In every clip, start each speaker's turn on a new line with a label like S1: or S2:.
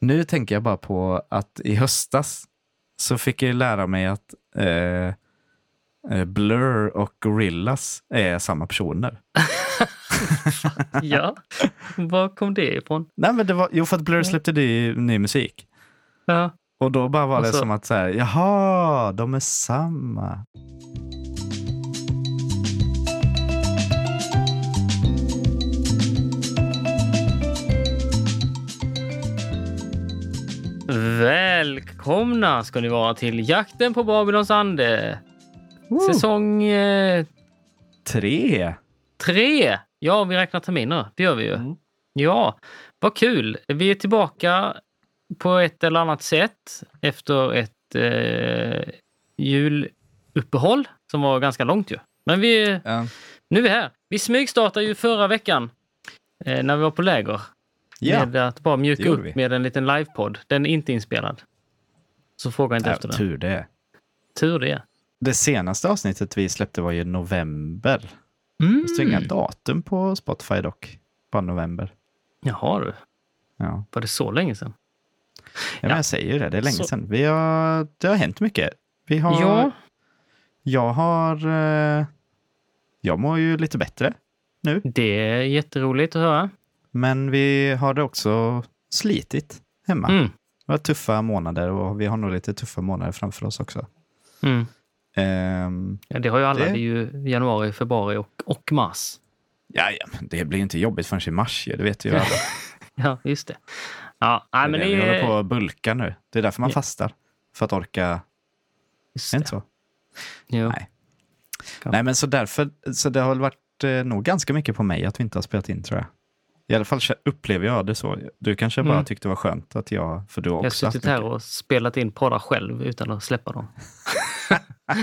S1: Nu tänker jag bara på att i höstas så fick jag ju lära mig att eh, eh, Blur och Gorillas är samma personer.
S2: Ja, var kom det ifrån?
S1: Nej, men det var, jo, för att
S2: Mm.
S1: Blur släppte ny, ny musik.
S2: Ja,
S1: Och då bara var
S2: Och
S1: det
S2: så-
S1: som att så här, jaha, de är samma.
S2: Välkomna ska ni vara till Jakten på Babylons ande. Säsong eh,
S1: Tre.
S2: tre. Ja, vi räknar terminer. Det gör vi ju. Ja, vad kul. Vi är tillbaka på ett eller annat sätt efter ett eh, juluppehåll som var ganska långt ju. Men vi,
S1: Ja.
S2: nu är vi här. Vi smygstartade ju förra veckan eh, när vi var på läger.
S1: Ja.
S2: Med att bara
S1: det
S2: mjuka
S1: gjorde
S2: upp
S1: vi.
S2: med en liten livepodd. Den är inte inspelad. Så fråga inte
S1: Ja,
S2: efter den.
S1: tur det.
S2: Tur det.
S1: Det senaste avsnittet vi släppte var ju november. Det står
S2: Mm.
S1: inga datum på Spotify dock. Bara november.
S2: Jaha du,
S1: Ja.
S2: var det så länge sedan?
S1: Ja, men
S2: Ja.
S1: Jag säger ju det, det är länge
S2: Så-
S1: sedan. Vi har, det har hänt mycket. Vi har,
S2: Ja,
S1: Jag har... eh, Jag mår ju lite bättre nu,
S2: det är jätteroligt att höra.
S1: men vi har det också slitit hemma.
S2: Mm.
S1: Det var tuffa månader och vi har nog lite tuffa månader framför oss också.
S2: Mm.
S1: Ehm,
S2: Ja, det har ju alla.
S1: Det-
S2: Det, är ju januari, februari och, och mars.
S1: ja, ja, men det blir ju inte jobbigt förrän i mars ju, det vet ju alla.
S2: Ja, just det. Ja, nej, men
S1: det, är det
S2: det
S1: vi håller på
S2: är...
S1: att bulka nu. Det är därför man
S2: Ja.
S1: fastar. För att orka,
S2: Just
S1: är inte så?
S2: Jo.
S1: Nej. Nej, men så därför, så det har väl varit eh, nog ganska mycket på mig att vi inte har spelat in tror jag. I alla fall kä- upplever jag det så. Du kanske bara
S2: Mm.
S1: tyckte det var skönt att jag, för du har
S2: Jag har
S1: också haft
S2: suttit här
S1: mycket.
S2: och spelat in poddar själv utan att släppa dem. eh,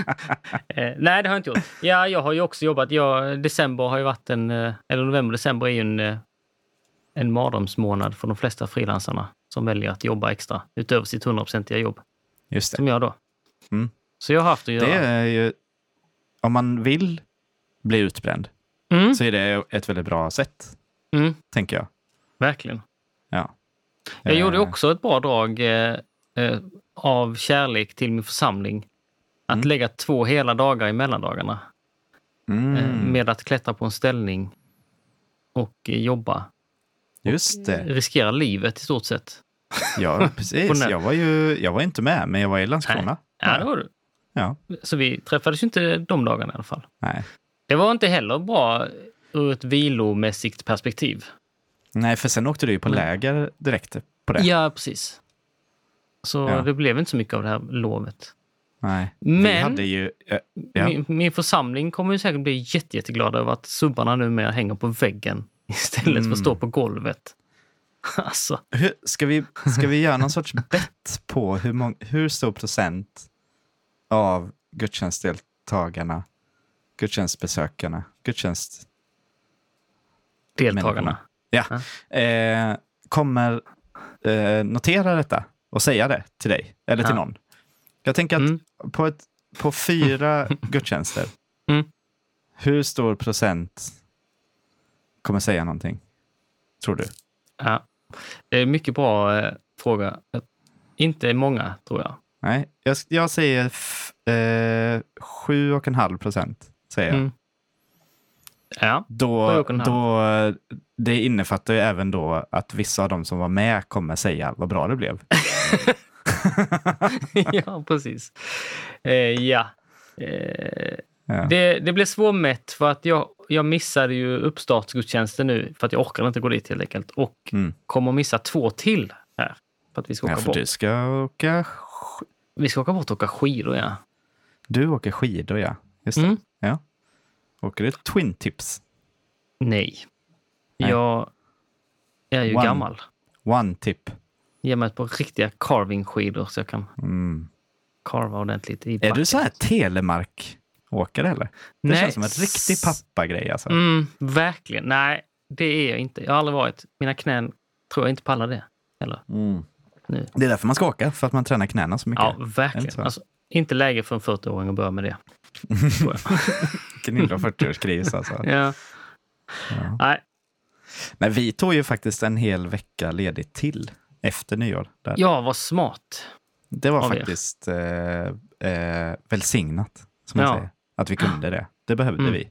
S2: nej, det har jag inte gjort. Ja, jag har ju också jobbat. Jag, december har ju varit en... eh, Eller november, december är ju en, eh, en mardrömsmånad för de flesta frilansarna som väljer att jobba extra utöver sitt 100-procentiga jobb,
S1: Just det.
S2: som jag då.
S1: Mm.
S2: Så jag har haft att göra.
S1: Det är ju, om man vill bli utbränd
S2: Mm,
S1: så är det ett väldigt bra sätt,
S2: mm,
S1: tänker jag.
S2: verkligen.
S1: Ja.
S2: Jag gjorde
S1: Eh,
S2: också ett bra drag eh, eh, av kärlek till min församling. Att
S1: Mm.
S2: lägga två hela dagar i mellandagarna eh,
S1: Mm,
S2: med att klättra på en ställning och eh, jobba.
S1: just det.
S2: Riskera livet i stort sett.
S1: Ja,
S2: Och
S1: precis.
S2: när-
S1: Jag var ju jag var inte med, men jag var i Landskrona.
S2: Ja, det var du.
S1: Ja.
S2: Så vi träffades ju inte de dagarna i alla fall.
S1: Nej.
S2: Det var inte heller bra ur ett vilomässigt perspektiv.
S1: Nej, för sen åkte du ju på
S2: Men-
S1: läger direkt på det.
S2: Ja, precis. Så
S1: Ja.
S2: det blev inte så mycket av det här lovet.
S1: Nej. Vi
S2: Men-
S1: hade ju... eh, ja.
S2: Min, min församling kommer ju säkert bli jätte, jätteglad över att subbarna numera hänger på väggen istället för
S1: Mm.
S2: att stå på golvet. Alltså,
S1: Hur, ska, vi, ska vi göra någon sorts bett på hur, mång, hur stor procent av gudstjänstdeltagarna, gudstjänstbesökarna, gudstjänst...
S2: deltagarna.
S1: Ja. Eh, kommer eh, notera detta och säga det till dig eller till
S2: Ja.
S1: någon. Jag tänker att
S2: Mm.
S1: på, ett, på fyra gudstjänster,
S2: Mm.
S1: hur stor procent kommer säga någonting? Tror du?
S2: Ja. Det är en mycket bra eh, fråga. Inte många, tror jag.
S1: Nej, jag, jag säger f- eh, 7,5 procent. Säger jag.
S2: Mm. Ja.
S1: Då,
S2: 7,5.
S1: då, det innefattar ju även då att vissa av de som var med kommer säga vad bra det blev.
S2: ja, precis. Eh, ja. Eh,
S1: Ja.
S2: Det, det blev svårmätt för att jag, jag missade ju uppstartsgudstjänsten nu för att jag orkade inte gå dit helt enkelt. Och
S1: Mm.
S2: kommer missa två till här. För att vi ska åka
S1: ja, för
S2: bort.
S1: du ska åka... sk-
S2: Vi ska åka bort och åka skidor, ja.
S1: Du åker skidor, ja. Just det.
S2: Mm.
S1: Ja. Åker du Twin Tips?
S2: Nej.
S1: Nej.
S2: Jag är ju
S1: One.
S2: gammal.
S1: One Tip?
S2: Ge mig ett par riktiga carving-skidor så jag kan
S1: Mm.
S2: carva ordentligt i
S1: Är
S2: backen.
S1: du så här telemark-åkare eller? Det
S2: Nej.
S1: känns som en riktig pappagrej alltså.
S2: Mm, verkligen. Nej, det är jag inte. Jag har aldrig varit. Mina knän tror jag inte pallar det. Eller? Nu.
S1: Mm. Det är därför man ska åka, för att man tränar knäna så mycket.
S2: Ja,
S1: Inte så?
S2: verkligen. Alltså, inte läge för en 40-åring att börja med det. tror jag.
S1: Vilken 140-årskris alltså.
S2: ja.
S1: Ja.
S2: Nej,
S1: Nej, vi tog ju faktiskt en hel vecka ledigt till efter nyår. Där.
S2: Ja, vad smart.
S1: Det var
S2: av er.
S1: faktiskt eh, eh, välsignat, som man
S2: Ja.
S1: säger, att vi kunde det. Det behövde
S2: Mm.
S1: vi.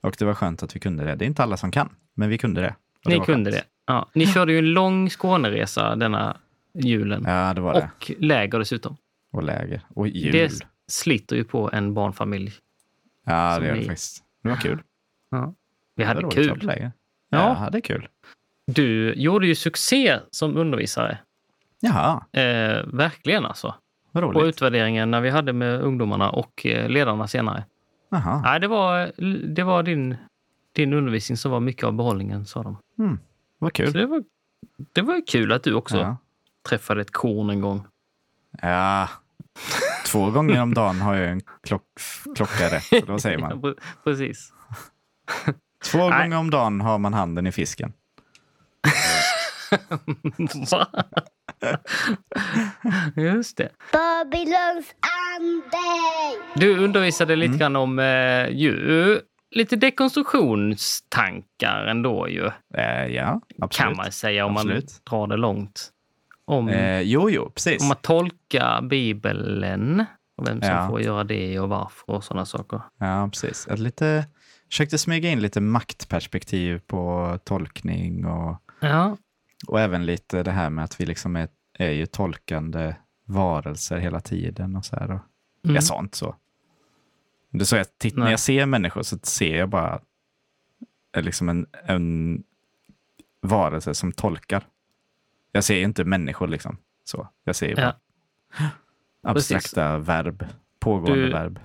S1: Och det var skönt att vi kunde det. Det är inte alla som kan, men vi kunde det. Och
S2: Ni
S1: var
S2: kunde
S1: skönt.
S2: det. Ja. Ni körde ju en lång Skåneresa denna julen.
S1: Ja, det var det.
S2: Och läger dessutom.
S1: Och läger. Och jul.
S2: Det sliter ju på en barnfamilj.
S1: ja,
S2: som
S1: det gör det
S2: ni-
S1: faktiskt. Det var kul.
S2: Ja. Vi hade
S1: det var roligt att vara på
S2: kul.
S1: läger. Ja,
S2: Ja.
S1: jag hade kul.
S2: Du gjorde ju succé som undervisare.
S1: Jaha,
S2: Eh, verkligen alltså.
S1: vad
S2: På
S1: roligt.
S2: utvärderingen när vi hade med ungdomarna och eh, ledarna senare.
S1: Jaha.
S2: Nej, det var, det var din, din undervisning som var mycket av behållningen, sa de.
S1: Mm. Vad
S2: Så
S1: kul.
S2: det var, det var ju kul att du också
S1: Ja.
S2: träffade ett korn en gång.
S1: ja. Två gånger om dagen har jag en klock, klocka rätt, eller vad säger man?
S2: Ja, pre- precis.
S1: Två
S2: Nej.
S1: gånger om dagen har man handen i fisken.
S2: Va? Just det.
S3: Babylons ande!
S2: Du undervisade
S1: Mm.
S2: lite grann om eh, ju, lite dekonstruktionstankar ändå ju,
S1: Eh, ja, absolut.
S2: kan man säga om
S1: Absolut.
S2: man drar det långt. Om,
S1: Eh, jo, jo, precis.
S2: om att tolka Bibeln och vem som
S1: Ja.
S2: får göra det och varför och sådana saker.
S1: Ja, precis. Att lite, försökte smyga in lite maktperspektiv på tolkning och,
S2: Ja,
S1: och även lite det här med att vi liksom är, är ju tolkande varelser hela tiden och så här. Och,
S2: Mm.
S1: Jag sa inte så. Det sa jag, titt, när
S2: Nej.
S1: jag ser människor så ser jag bara eh, liksom en, en varelse som tolkar. Jag ser ju inte människor liksom. Så. Jag ser ju bara
S2: Ja. Precis.
S1: abstrakta verb, pågående
S2: Du-
S1: verb.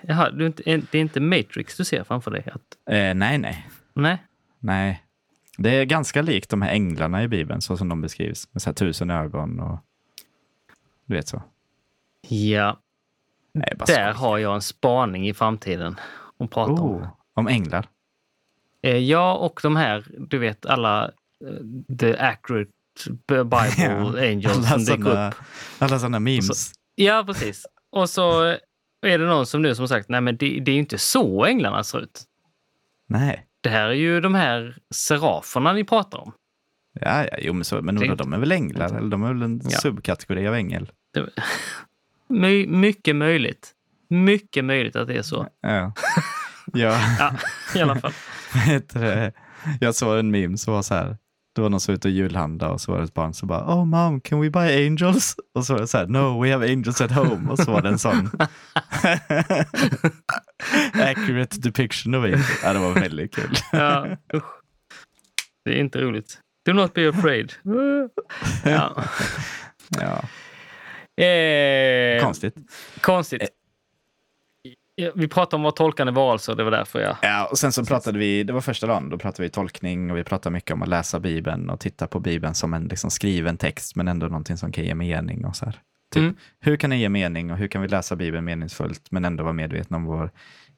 S2: Jaha, du, är inte- det är inte Matrix du ser framför dig? Att,
S1: Eh, nej, nej.
S2: nej,
S1: Nej. Det är ganska likt de här änglarna i Bibeln, så som de beskrivs. Med så här tusen ögon och... Du vet så.
S2: ja,
S1: Nej, bara
S2: där
S1: skoj.
S2: har jag en spaning i framtiden att prata om.
S1: oh, Om änglar?
S2: Eh, Ja, och de här, du vet alla eh, the accurate b-
S1: Ja.
S2: Bible angels
S1: Alla
S2: som dyker upp.
S1: sådana, alla såna memes.
S2: Ja, precis. Och så är det någon som nu som har sagt, nej men det, det är ju inte så änglarna ser ut.
S1: Nej.
S2: Det här är ju de här seraferna ni pratar om.
S1: Ja, ja, jo, men, så, men
S2: Det är
S1: Ola,
S2: inte-
S1: de är väl änglar? Eller de är väl en
S2: Ja.
S1: subkategori av ängel?
S2: My, mycket möjligt. Mycket möjligt att det är så.
S1: Ja. ja.
S2: Ja, i alla fall.
S1: Vad heter det? Jag såg en meme som var så här. Det var någon som var ute och julhandlade och så var det ett barn som bara Oh mom, can we buy angels? Och så var det så här No, we have angels at home. Och så var det en sån accurate depiction of angels. Ja, det var väldigt kul.
S2: Ja, usch. Det är inte roligt. Do not be afraid. Ja.
S1: Ja,
S2: Eh,
S1: konstigt.
S2: Konstigt. Ja, Vi pratade om vad tolkande var alltså, det var därför jag...
S1: Ja, och sen så pratade vi, det var första dagen, då pratade vi tolkning och vi pratade mycket om att läsa Bibeln och titta på Bibeln som en liksom skriven text men ändå någonting som kan ge mening och så här. Typ,
S2: Mm.
S1: hur kan det ge mening och hur kan vi läsa Bibeln meningsfullt men ändå vara medvetna om vår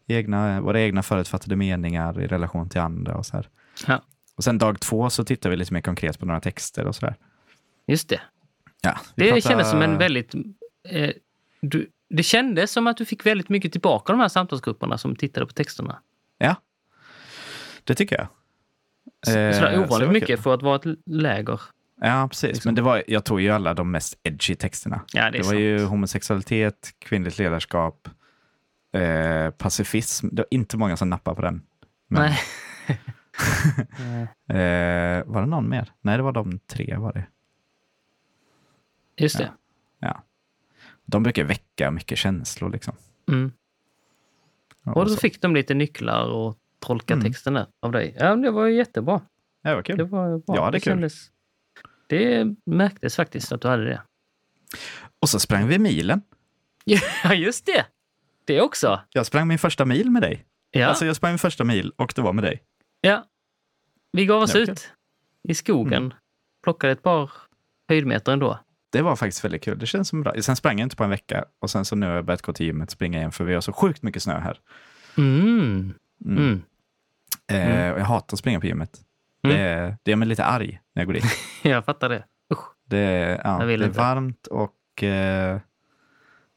S1: egna, våra egna förutfattade meningar i relation till andra och så här.
S2: Ja,
S1: Och sen dag två så tittar vi lite mer konkret på några texter och så där.
S2: just det.
S1: Ja, vi
S2: Det
S1: pratar-
S2: kändes som en väldigt... Eh, du, det kändes som att du fick väldigt mycket tillbaka av de här samtalsgrupperna som tittade på texterna.
S1: Ja, det tycker jag. Eh,
S2: Så, sådär
S1: så det
S2: ovanligt
S1: var
S2: mycket
S1: kul.
S2: för att vara ett läger.
S1: Ja, precis. Men det var, jag tog ju alla de mest edgy texterna.
S2: Ja, det
S1: Det,
S2: är
S1: var
S2: sant.
S1: ju homosexualitet, kvinnligt ledarskap, eh, pacifism. Det var inte många som nappade på den. Men,
S2: Nej.
S1: Eh, var det någon mer? Nej, det var de tre. var det.
S2: Just det.
S1: Ja. De brukar väcka mycket känslor. Liksom.
S2: Mm.
S1: Ja,
S2: Och
S1: så.
S2: så fick de lite nycklar och tolka
S1: Mm.
S2: texten där av dig. Ja, men det var ju jättebra.
S1: Ja, det var kul.
S2: Det var bra.
S1: Ja, det är kul.
S2: kändes, det märktes faktiskt att du hade det.
S1: Och så sprang vi milen.
S2: Ja, just det! Det också.
S1: Jag sprang min första mil med dig.
S2: Ja.
S1: Alltså jag sprang min första mil och det var med dig.
S2: Ja. Vi gav oss
S1: Det var
S2: ut i skogen.
S1: Mm.
S2: Plockade ett par höjdmeter ändå.
S1: Det var faktiskt väldigt kul. Det känns som bra. Sen sprang jag inte på en vecka och sen så nu har jag börjat gå till gymmet och springa igen för vi har så sjukt mycket snö här.
S2: Mm. Mm.
S1: Eh, och jag hatar att springa på gymmet.
S2: Mm.
S1: Det, det gör mig lite arg när jag går dit.
S2: Jag fattar det. Usch.
S1: Det, ja,
S2: Jag vill
S1: det är
S2: inte.
S1: varmt och... Eh,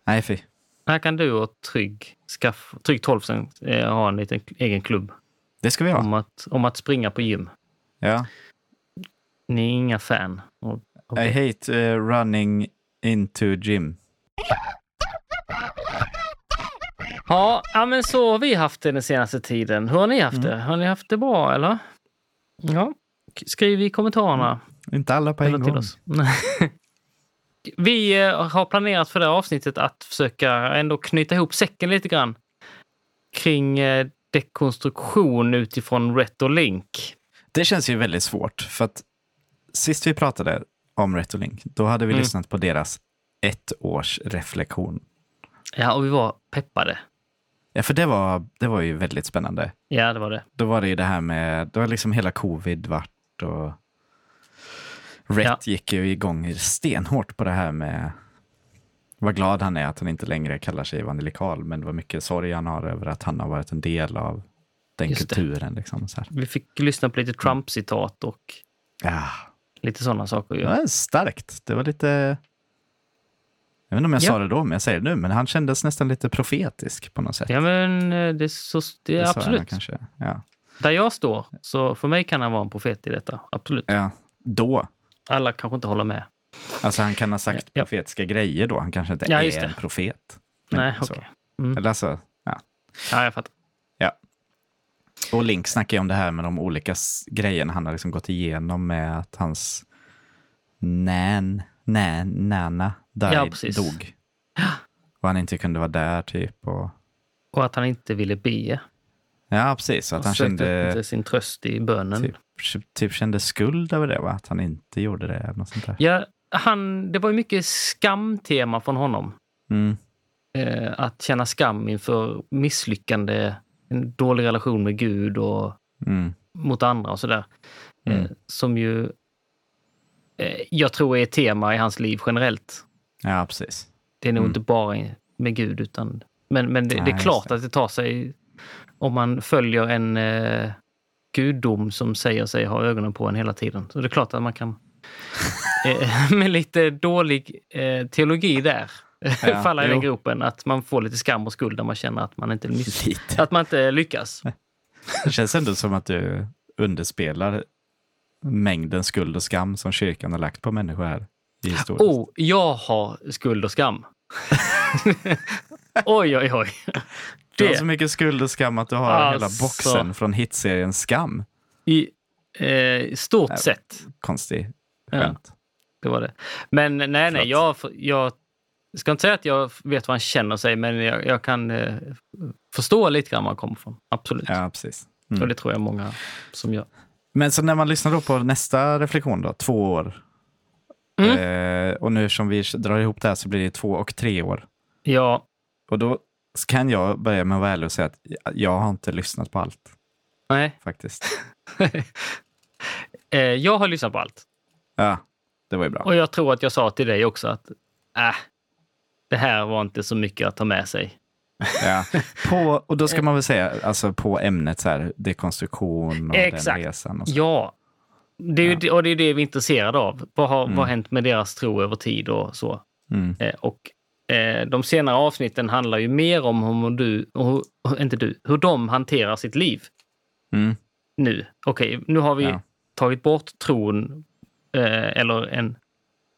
S1: nej, fy.
S2: Här kan du och Trygg, skaff, Trygg Tolfsen eh, ha en liten egen klubb
S1: Det ska vi
S2: Mm.
S1: ha.
S2: om, att, om att springa på gym.
S1: Ja.
S2: Ni är inga fan. Och
S1: I hate eh, running into gym.
S2: Ja, ja, men så har vi haft det den senaste tiden. Hur har ni
S1: Mm.
S2: haft det? Har ni haft det bra eller? Ja, K- skriv i kommentarerna.
S1: Inte alla på
S2: Eller
S1: en
S2: till
S1: gång.
S2: oss. vi eh, har planerat för det här avsnittet att försöka ändå knyta ihop säcken lite grann kring eh, dekonstruktion utifrån Retolink.
S1: Det känns ju väldigt svårt, för att sist vi pratade om Retolink, då hade vi
S2: Mm.
S1: lyssnat på deras ett års reflektion.
S2: Ja, och vi var peppade.
S1: Ja, för det var, det var ju väldigt spännande.
S2: Ja, det var det.
S1: Då var det ju det här med, det var liksom hela covid vart och Rhett
S2: Ja.
S1: gick ju igång stenhårt på det här med vad glad han är att han inte längre kallar sig evangelikal, men vad mycket sorg han har över att han har varit en del av den
S2: Just det.
S1: kulturen. Liksom, så här.
S2: Vi fick lyssna på lite Trump-citat och
S1: Ja,
S2: lite sådana saker.
S1: det
S2: Ja.
S1: var starkt. Det var lite... Jag vet inte om jag
S2: Ja.
S1: sa det då, men jag säger det nu, men han kändes nästan lite profetisk på något sätt.
S2: Ja, men eh, det är så, det
S1: Det
S2: är
S1: sa jag nog
S2: absolut.
S1: Kanske. Ja.
S2: Där jag står, så för mig kan han vara en profet i detta. Absolut.
S1: ja, då.
S2: Alla kanske inte håller med.
S1: Alltså han kan ha sagt
S2: Ja.
S1: profetiska grejer då. Han kanske inte
S2: Ja, just
S1: är
S2: det.
S1: en profet. Men
S2: Nej,
S1: så.
S2: okej. Mm.
S1: Eller alltså, ja.
S2: Ja, jag fattar.
S1: Och Link snackar ju om det här med de olika s- grejerna han har liksom gått igenom med att hans nan, nan, nana died,
S2: Ja, precis.
S1: dog. Och han inte kunde vara där typ. Och,
S2: Och att han inte ville be.
S1: ja, precis. Så att han
S2: sökte
S1: kände,
S2: inte sin tröst i bönen.
S1: typ, typ kände skuld över det, va? att han inte gjorde det. Eller något sånt där.
S2: Ja, han, det var ju mycket skamtema från honom.
S1: Mm.
S2: Eh, att känna skam inför misslyckande, en dålig relation med Gud och
S1: Mm.
S2: mot andra och sådär. Eh,
S1: Mm.
S2: som ju eh, jag tror är ett tema i hans liv generellt.
S1: Ja, precis.
S2: Det är nog
S1: Mm.
S2: inte bara i- med Gud, utan... Men, men det,
S1: Nej,
S2: det är
S1: just
S2: klart
S1: det.
S2: att det tar sig... Om man följer en eh, gudom som säger sig ha ögonen på en hela tiden. Så det är klart att man kan... eh, med lite dålig eh, teologi där,
S1: Ja,
S2: falla i den
S1: jo.
S2: gropen. Att man får lite skam och skuld när man känner att man inte, miss-
S1: Lite.
S2: att man inte lyckas.
S1: Det känns ändå som att du underspelar mängden skuld och skam som kyrkan har lagt på människor här i historien.
S2: Oh, jag har skuld och skam. oj, oj, oj.
S1: Du har
S2: Det,
S1: så mycket skuld och skam att du har hela
S2: Alltså.
S1: boxen från hitserien Skam.
S2: i eh, stort sett.
S1: Konstig
S2: Ja.
S1: skämt.
S2: Det var det. Men nej, nej, jag, jag ska inte säga att jag vet vad han känner sig, men jag, jag kan eh, förstå lite grann var han kommer ifrån. Absolut.
S1: Ja, precis.
S2: Och
S1: Mm.
S2: det tror jag många som gör.
S1: Men så när man lyssnar då på nästa reflektion då, två år. Eh, och nu som vi drar ihop det här så blir det två och tre år.
S2: Ja,
S1: Och då kan jag börja med att vara ärlig och säga att jag har inte lyssnat på allt
S2: nej.
S1: faktiskt.
S2: Eh, jag har lyssnat på allt.
S1: Ja, det var ju bra.
S2: Och jag tror att jag sa till dig också att äh, det här var inte så mycket att ta med sig.
S1: Ja. På, och
S2: Eh.
S1: då ska man väl säga, alltså på ämnet så här, dekonstruktion och
S2: Exakt.
S1: den resan. Och så.
S2: Ja, det är ju det, och det är det vi är intresserade av. Vad har, vad har hänt med deras tro över tid och så?
S1: Mm.
S2: Eh, Och eh, de senare avsnitten handlar ju mer om hur du, och hur, hur- inte du, hur de hanterar sitt liv
S1: Mm.
S2: nu. Okej, nu har vi
S1: Ja.
S2: tagit bort tron, eh, eller en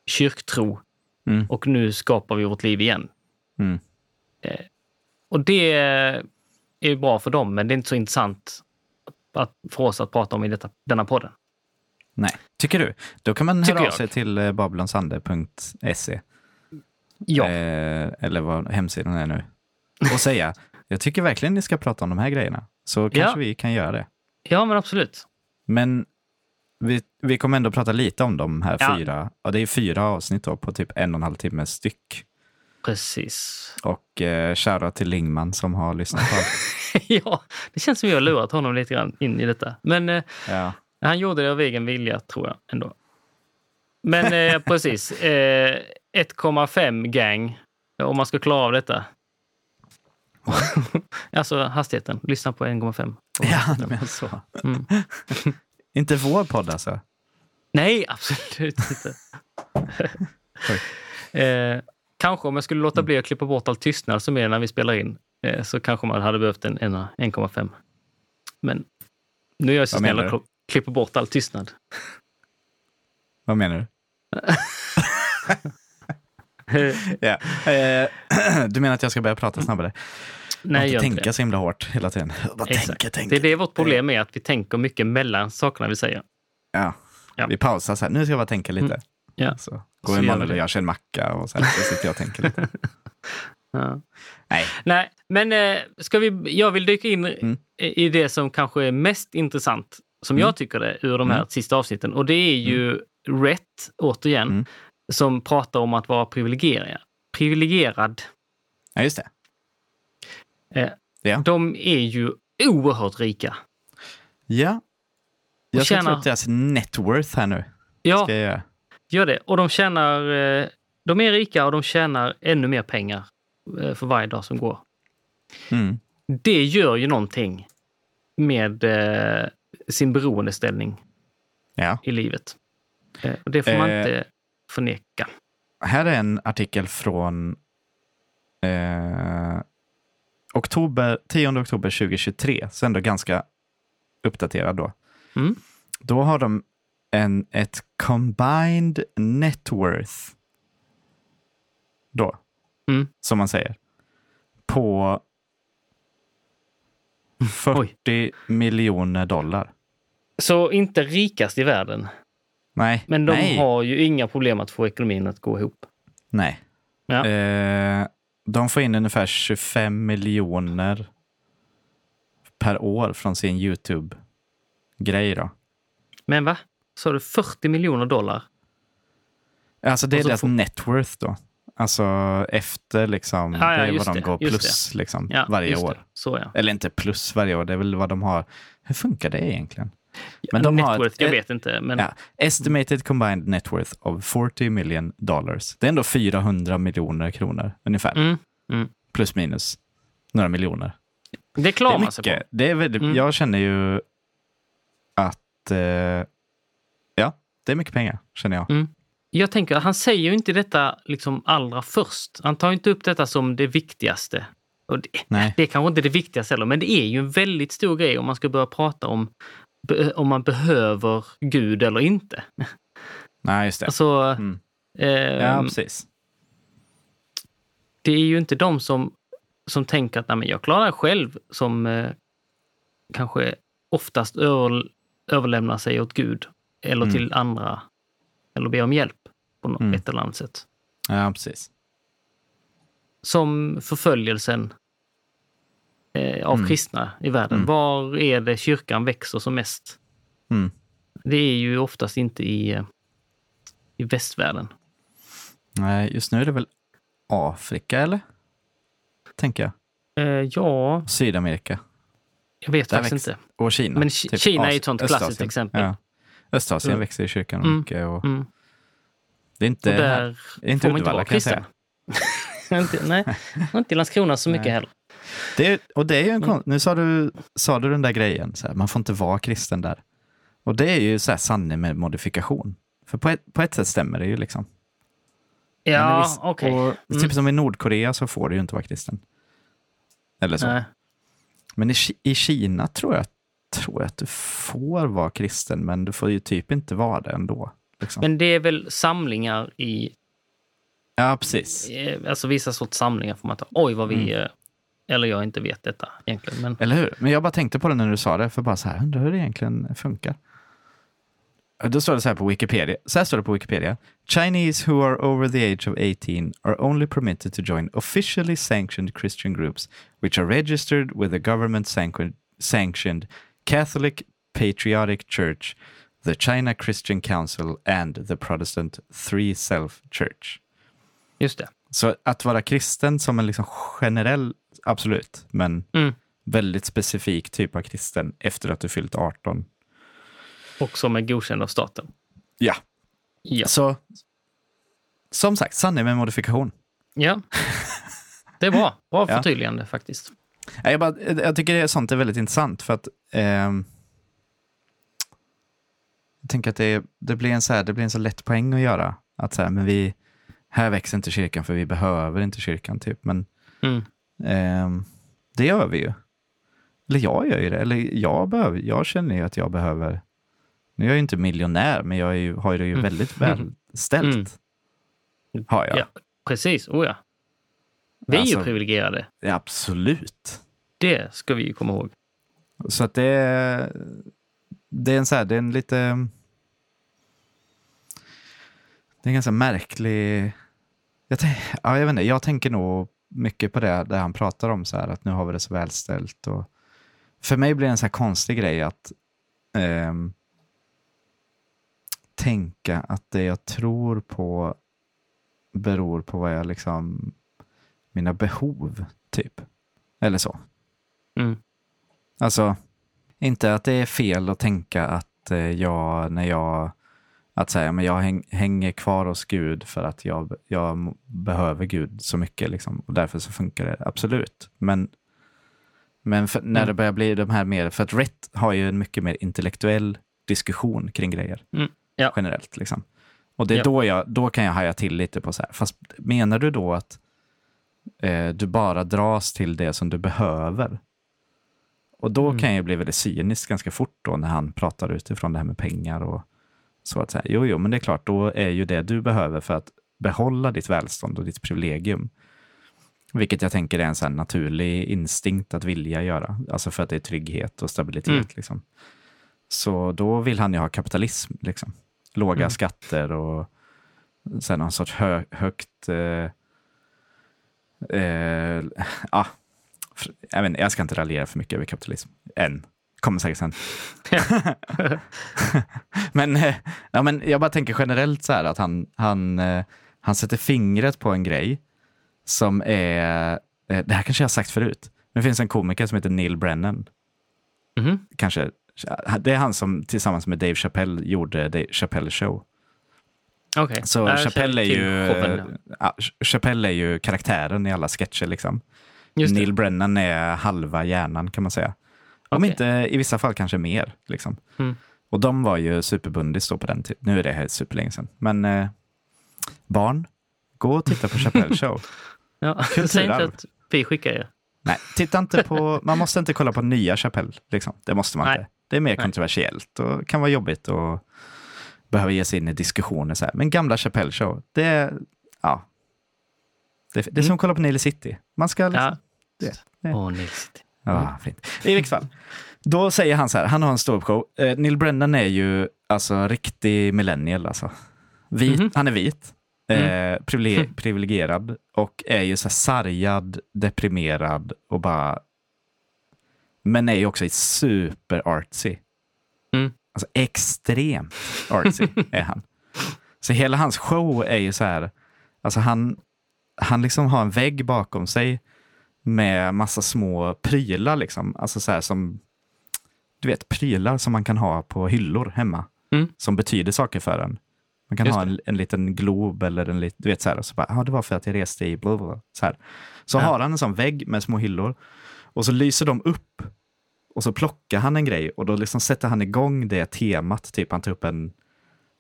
S2: kyrktro,
S1: Mm.
S2: och nu skapar vi vårt liv igen.
S1: Mm.
S2: Eh, och det är ju bra för dem, men det är inte så intressant att, för oss att prata om i detta, denna podden.
S1: Nej, tycker du? Då kan man
S2: Tycker
S1: höra av
S2: jag.
S1: sig till eh, babylonsande.se
S2: Ja,
S1: eh, eller vad hemsidan är nu och säga jag tycker verkligen ni ska prata om de här grejerna. Så kanske
S2: Ja.
S1: vi kan göra det.
S2: ja men absolut.
S1: Men vi, vi kommer ändå prata lite om de här
S2: Ja.
S1: fyra. Ja, det är fyra avsnitt då, på typ en och en halv timme styck.
S2: Precis.
S1: Och eh, shoutout till Lingman som har lyssnat på allt.
S2: ja, det känns som vi har lurat honom lite grann in i detta. Men eh,
S1: Ja.
S2: Han gjorde det av egen vilja, tror jag ändå. Men eh, precis. Eh, 1,5 gang, om man ska klara av detta. alltså hastigheten. Lyssna på 1,5.
S1: Ja, men så.
S2: Mm.
S1: Inte vår podd alltså.
S2: Nej, absolut inte.
S1: Oj. Mm.
S2: eh, kanske om jag skulle låta bli att klippa bort all tystnad som är när vi spelar in, eh, så kanske man hade behövt en, en 1,5. Men nu är jag så
S1: Vad
S2: snäll
S1: menar
S2: och
S1: du?
S2: klo- klipper bort all tystnad.
S1: Vad menar du? Ja. Eh, du menar att jag ska börja prata snabbare?
S2: Nej,
S1: och
S2: gör
S1: inte
S2: inte
S1: tänka
S2: det.
S1: så himla hårt hela tiden. Bara tänka,
S2: Exakt.
S1: tänka.
S2: Det är det vårt problem är, att vi tänker mycket mellan sakerna vi säger.
S1: Ja.
S2: Ja.
S1: Vi pausar så här, nu ska jag bara tänka lite.
S2: Mm. Ja.
S1: Så
S2: Så
S1: går
S2: gör vi
S1: Emanuel och
S2: det.
S1: gör sig en macka och sen så sitter jag och tänker lite.
S2: Ja.
S1: Nej,
S2: Nej, men eh, ska vi, jag vill dyka in
S1: Mm.
S2: i i det som kanske är mest intressant, som jag tycker det, ur de här
S1: Mm.
S2: sista avsnitten. Och det är ju Rhett, återigen,
S1: Mm.
S2: som pratar om att vara privilegierad. privilegierad.
S1: ja, just det.
S2: Eh,
S1: Ja.
S2: De är ju oerhört rika.
S1: Ja. Jag ska
S2: tjäna-
S1: ta upp deras net worth här nu.
S2: Ja,
S1: Ska jag göra.
S2: gör det. Och de tjänar... eh, De är rika och de tjänar ännu mer pengar eh, för varje dag som går.
S1: Mm.
S2: Det gör ju någonting med eh, sin beroendeställning
S1: Ja.
S2: i livet. Eh, och det får man
S1: Eh.
S2: inte förneka.
S1: Här är en artikel från eh, oktober, 10 oktober 2023, så ändå ganska uppdaterad då.
S2: Mm.
S1: Då har de en, ett combined net worth. Då,
S2: Mm.
S1: som man säger. På 40 miljoner dollar.
S2: Så inte rikast i världen,
S1: Nej,
S2: men de
S1: nej,
S2: har ju inga problem att få ekonomin att gå ihop.
S1: nej.
S2: Ja.
S1: Eh, de får in ungefär 25 miljoner per år från sin YouTube-grej. Då.
S2: Men va? Så har du 40 miljoner dollar?
S1: Alltså det är
S2: Och så
S1: deras
S2: får-
S1: net worth då. Alltså efter liksom,
S2: Ja, ja,
S1: det är
S2: just
S1: vad de
S2: det,
S1: går
S2: just
S1: plus liksom,
S2: Ja,
S1: varje
S2: just
S1: år.
S2: Det. Så ja.
S1: Eller inte plus varje år, det är väl vad de har. Hur funkar det egentligen? Men de har
S2: Networth,
S1: ett-
S2: jag vet inte. Men
S1: Ja, estimated combined net worth of 40 million dollars. Det är ändå 400 miljoner kronor ungefär.
S2: Mm, mm.
S1: Plus minus några miljoner.
S2: det
S1: Det är
S2: klarar man sig på.
S1: mycket. Det är väldigt,
S2: Mm.
S1: Jag känner ju att... Eh, ja, det är mycket pengar, känner
S2: Mm.
S1: jag.
S2: Jag tänker, han säger ju inte detta liksom allra först. Han tar ju inte upp detta som det viktigaste. Och det,
S1: Nej.
S2: det är kanske inte det viktigaste heller, men det är ju en väldigt stor grej om man ska börja prata om be- om man behöver Gud eller inte.
S1: Nej, just det.
S2: Alltså,
S1: Mm.
S2: eh,
S1: ja, precis.
S2: det är ju inte de som, som tänker att Nej, men jag klarar det själv som eh, kanske oftast över, överlämnar sig åt Gud eller
S1: Mm.
S2: till andra eller ber om hjälp på något,
S1: Mm.
S2: ett eller annat sätt.
S1: Ja, precis.
S2: som förföljelsen eh, av
S1: Mm.
S2: kristna i världen.
S1: Mm.
S2: Var är det kyrkan växer som mest?
S1: Mm.
S2: Det är ju oftast inte i, eh, i västvärlden.
S1: Nej, just nu är det väl Afrika, eller? Tänker jag.
S2: Eh, ja, Sydamerika.
S1: Sydamerika.
S2: jag vet
S1: Där
S2: faktiskt
S1: växer-
S2: inte.
S1: Och Kina. typ.
S2: Men Ki- Kina är ju ett sånt
S1: Östasien.
S2: klassiskt exempel.
S1: Ja. Östasien
S2: Mm.
S1: växer i kyrkan
S2: Mm.
S1: mycket. Och
S2: Mm.
S1: det är
S2: Och
S1: inte, här-
S2: där
S1: det är inte
S2: får man inte
S1: Uddevalla
S2: vara
S1: kan jag
S2: kristen.
S1: säga.
S2: inte, nej, och inte i Landskrona så mycket
S1: Nej.
S2: heller.
S1: Det är, och det är ju
S2: Mm.
S1: en kon- Nu sa du, sa du den där grejen, så här, man får inte vara kristen där. Och det är ju så här sanning med modifikation. För på ett, på ett sätt stämmer det ju liksom. Men
S2: Ja,
S1: visst-
S2: okej.
S1: och
S2: Mm.
S1: Typ som i Nordkorea så får du ju inte vara kristen. Eller så.
S2: Nej.
S1: Men i, Ki- i Kina tror jag, tror jag att du får vara kristen, men du får ju typ inte vara det ändå. Liksom.
S2: Men det är väl samlingar i
S1: ja, precis.
S2: Eh, alltså vissa sorts samlingar får man ta. Oj, vad vi...
S1: Mm.
S2: eh, Eller jag inte vet detta egentligen. Men,
S1: Eller hur? Men jag bara tänkte på det när du sa det, för bara så här, undrar hur det egentligen funkar. Då står det så här på Wikipedia. Så här står det på Wikipedia. Chinese who are over the age of 18 are only permitted to join officially sanctioned Christian groups which are registered with the government sanqu- sanctioned Catholic Patriotic Church, the China Christian Council and the Protestant Three Self Church.
S2: just det.
S1: Så att vara kristen som en liksom generell, absolut, men
S2: Mm.
S1: väldigt specifik typ av kristen efter att du fyllt 18.
S2: Och som är godkänd av staten.
S1: Ja.
S2: Ja.
S1: Så som sagt, sanning med modifikation.
S2: ja. Det är bra. Bra
S1: Ja.
S2: förtydligande faktiskt.
S1: Nej, Jag, bara, jag tycker det är sånt är väldigt intressant för att ehm, jag tänker att det, det, blir en så här, det blir en så lätt poäng att göra. Att så här, men vi, här växer inte kyrkan för vi behöver inte kyrkan typ. Men
S2: Mm.
S1: Ehm, det gör vi ju. Eller jag gör ju det. Eller jag,
S2: Mm.
S1: behöver, jag känner ju att jag behöver... Nu är jag ju inte miljonär, men jag är ju, har ju det ju väldigt väl ställt. Har jag.
S2: Ja, precis. Oh, ja. Vi är
S1: Alltså-
S2: ju privilegierade.
S1: Ja, Absolut.
S2: Det ska vi ju komma ihåg.
S1: Så att det är, det är en så här, det är en lite... Det är en ganska märklig... Jag, tän- ja, jag, vet inte, jag tänker nog mycket på det där han pratar om, så här, att nu har vi det så välställt. Och för mig blir det en så här konstig grej att ehm, tänka att det jag tror på beror på vad jag liksom... Mina behov, typ. Eller så.
S2: Mm.
S1: Alltså, inte att det är fel att tänka att eh, jag, när jag, att säga, men jag häng, hänger kvar hos Gud för att jag, jag m- behöver Gud så mycket liksom, och därför så funkar det absolut. Men, men för, när det
S2: Mm.
S1: börjar bli de här mer, för att rätt har ju en mycket mer intellektuell diskussion kring grejer
S2: Mm, ja.
S1: generellt. Liksom. Och det är
S2: Ja.
S1: då, jag, då kan jag haja till lite på så här, fast menar du då att eh, du bara dras till det som du behöver? Och då
S2: Mm.
S1: kan jag bli väldigt cynisk ganska fort då när han pratar utifrån det här med pengar och så att säga. Jo, jo, men det är klart, då är ju det du behöver för att behålla ditt välstånd och ditt privilegium. Vilket jag tänker är en sån här naturlig instinkt att vilja göra. Alltså för att det är trygghet och stabilitet.
S2: Mm.
S1: Liksom. Så då vill han ju ha kapitalism. Liksom. Låga
S2: Mm.
S1: skatter och sen någon sorts hö, högt... Eh, eh, ah, fr- jag, vet, inte, jag ska inte raljera för mycket över kapitalism. Än. Kommer säkert sen. men, eh, ja, men jag bara tänker generellt så här att han, han, eh, han sätter fingret på en grej som är... eh, Det här kanske jag har sagt förut. Men det finns en komiker som heter Neil Brennan.
S2: Mhm.
S1: Kanske, det är han som tillsammans med Dave Chappelle gjorde Dave Chappelle Show.
S2: Okej.
S1: Så
S2: Där
S1: Chappelle, är
S2: känner
S1: ju, eh,
S2: jag till showen, ja.
S1: ja, Chappelle är ju karaktären i alla sketcher. Liksom.
S2: Just det.
S1: Neil Brennan är halva hjärnan kan man säga. Om
S2: Okej.
S1: inte, i vissa fall kanske mer. Liksom.
S2: Mm.
S1: Och de var ju superbundis då på den tiden. Nu är det här superlänge sedan. Men eh, barn, gå och titta på Chappelle Show.
S2: Ja. Säg inte
S1: kulturarv.
S2: att vi skickar er.
S1: Nej, titta inte på, man måste inte kolla på nya Chappelle. Liksom. Det måste man
S2: Nej.
S1: inte. Det är mer kontroversiellt och kan vara jobbigt och behöver ge sig in i diskussioner. Så här. Men gamla Chappelle Show, det är, ja. Det, det är som att kolla på Nile City. Man ska liksom,
S2: Mm. Ja.
S1: Det- det-
S2: Åh, Nils. Mm.
S1: Ja, fint. I vilket fall. Då säger han så här, han har en ståuppshow. Eh, Neil Brennan är ju alltså riktig millennial alltså. Vit,
S2: Mhm. Mm.
S1: Han är vit, eh, privile- privilegierad och är ju så här sargad, deprimerad och bara... Men är ju också super-artsy.
S2: Mm.
S1: Alltså extremt artsy är han. Så hela hans show är ju så här, alltså han, han liksom har en vägg bakom sig med massa små prylar liksom. Alltså så här som, du vet prylar som man kan ha på hyllor hemma.
S2: Mm.
S1: Som betyder saker för en. Man kan
S2: Just
S1: ha en, en liten glob eller en liten, du vet så här. Och så bara, ah, det var för att jag reste i bla bla, bla. Så, här. så
S2: Ja.
S1: har han en sån vägg med små hyllor. Och så lyser de upp. Och så plockar han en grej och då liksom sätter han igång det temat. Typ han tar upp en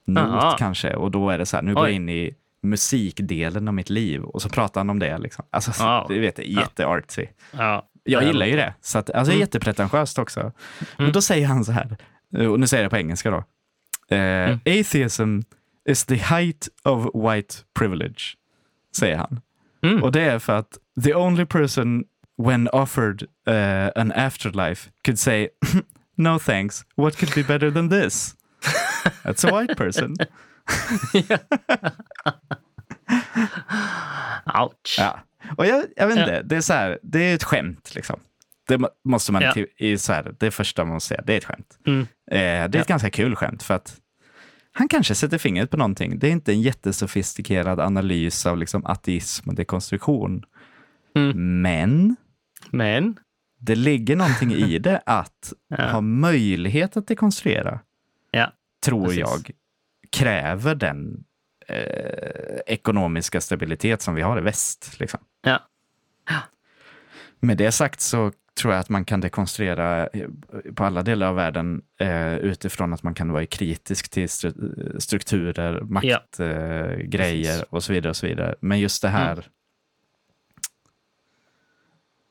S1: not
S2: Aha.
S1: kanske. Och då är det så här, nu går
S2: Oj.
S1: jag in i musikdelen av mitt liv. Och så pratar han om det. Liksom. Alltså,
S2: Wow.
S1: Du vet, det är
S2: Ja.
S1: jätteartsy.
S2: Ja.
S1: Jag
S2: Ja.
S1: gillar ju det. Så att,
S2: Mm.
S1: alltså, det är jättepretentiöst också. Men då säger han så här, eh, och nu säger jag det på engelska då. Eh,
S2: Mm.
S1: Atheism is the height of white privilege, säger han.
S2: Mm.
S1: Och det är för att the only person when offered eh, an afterlife could say no thanks, what could be better than this? That's a white person.
S2: Ouch.
S1: Ja. Och jag, jag vet
S2: Ja.
S1: inte, det är så här, det är ett skämt liksom. Det må- måste man,
S2: Ja.
S1: till, i så här, det första man måste säga, det är ett skämt.
S2: Mm.
S1: Eh, det är ett ganska kul skämt för att han kanske sätter fingret på någonting. Det är inte en jättesofistikerad analys av liksom ateism och dekonstruktion.
S2: Mm.
S1: Men
S2: Men.
S1: det ligger någonting i det att ha möjlighet att dekonstruera,
S2: Ja.
S1: tror
S2: Precis.
S1: jag, kräver den eh, ekonomiska stabilitet som vi har i väst. Liksom.
S2: Ja.
S1: Med det sagt så tror jag att man kan dekonstruera eh, på alla delar av världen eh, utifrån att man kan vara kritisk till stru- strukturer, maktgrejer eh, grejer
S2: Precis. Mm.
S1: och så vidare. och så vidare. Men just det här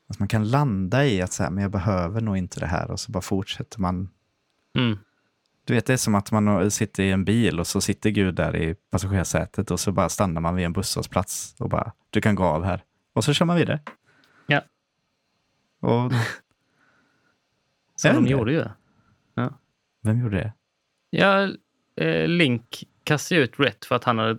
S1: att man kan landa i att så här, men jag behöver nog inte det här och så bara fortsätter man
S2: Mm.
S1: Du vet, det är som att man sitter i en bil och så sitter Gud där i passagerarsätet och så bara stannar man vid en busshållplats och bara, du kan gå av här. Och så kör man vidare.
S2: Ja.
S1: Och
S2: Som
S1: Är
S2: de
S1: det?
S2: gjorde ju.
S1: vem gjorde det?
S2: Ja, eh, Link kastade ut Rhett för att han hade...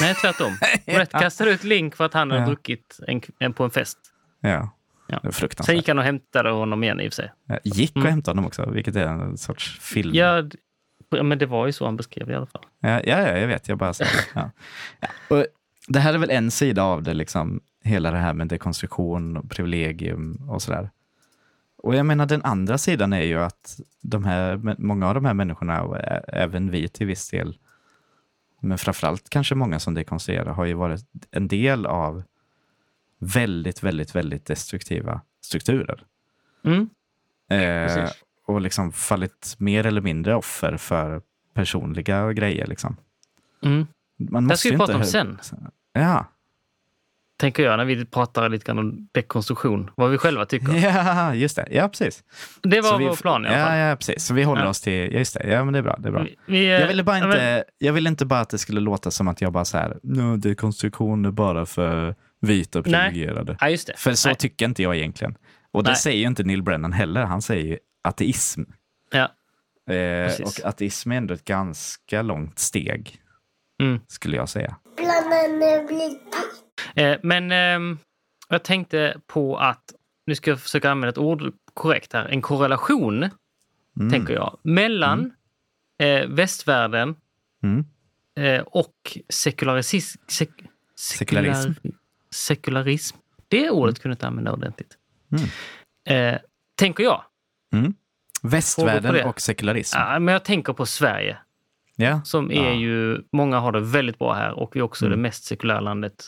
S2: Nej, tvärtom. Rhett kastade ut Link för att han hade
S1: Ja.
S2: druckit en, en, på en fest.
S1: Ja,
S2: Ja.
S1: det var fruktansvärt.
S2: Sen gick han och hämtade honom igen i och för sig.
S1: Ja, Gick och
S2: Mm.
S1: hämtade honom också, vilket är en sorts film.
S2: Ja, d- men det var ju så han beskrev det i alla fall.
S1: Ja, ja, ja jag vet. Jag bara säger ja. och Det här är väl en sida av det, liksom, hela det här med dekonstruktion och privilegium och sådär. Och jag menar, den andra sidan är ju att de här, men- många av de här människorna, och ä- även vi till viss del, men framförallt kanske många som dekonstruerar, har ju varit en del av väldigt, väldigt, väldigt destruktiva strukturer.
S2: Mm,
S1: Eh,
S2: precis.
S1: och liksom fallit mer eller mindre offer för personliga grejer. Liksom. Man
S2: Mm. Det här
S1: måste
S2: ska vi
S1: ju
S2: prata om
S1: inte...
S2: sen,
S1: Ja.
S2: tänker jag, när vi pratar lite grann om dekonstruktion. Vad vi själva tycker.
S1: ja, just det. Ja, precis.
S2: Det
S1: Mm. Så
S2: var
S1: vi-
S2: vår plan i alla fall.
S1: Ja, ja, precis. Så vi håller
S2: Ja.
S1: oss till... Ja, just det. Ja, men det är bra. Det är bra.
S2: Vi- vi, eh,
S1: Jag ville bara
S2: ja,
S1: inte,
S2: men-
S1: jag ville inte bara att det skulle låta som att jag bara så här, "Nå, det är konstruktioner bara för vita privilegierade.
S2: Ja, just det.
S1: För så
S2: Nej.
S1: tycker inte jag egentligen. Och det
S2: Nej.
S1: säger ju inte Neil Brennan heller. Han säger ju ateism.
S2: Ja.
S1: Eh,
S2: Precis.
S1: och ateism är ändå ett ganska långt steg,
S2: Mm.
S1: skulle jag säga.
S3: Planen blir pigg.
S2: Eh, Men ehm, jag tänkte på att, nu ska jag försöka använda ett ord korrekt här, en korrelation,
S1: Mm.
S2: tänker jag, mellan eh, västvärlden
S1: Mm.
S2: eh, och sekularism. Sek,
S1: Sekularism.
S2: sekular- Sekularism. Det ordet kunde jag inte använda ordentligt.
S1: Mm.
S2: Eh, tänker jag.
S1: Mm.
S2: det?
S1: Västvärlden och sekularism.
S2: Ja, men jag tänker på Sverige,
S1: Ja.
S2: som är
S1: Ja. Mm.
S2: ju... Många har det väldigt bra här och vi är också det mest sekulära landet.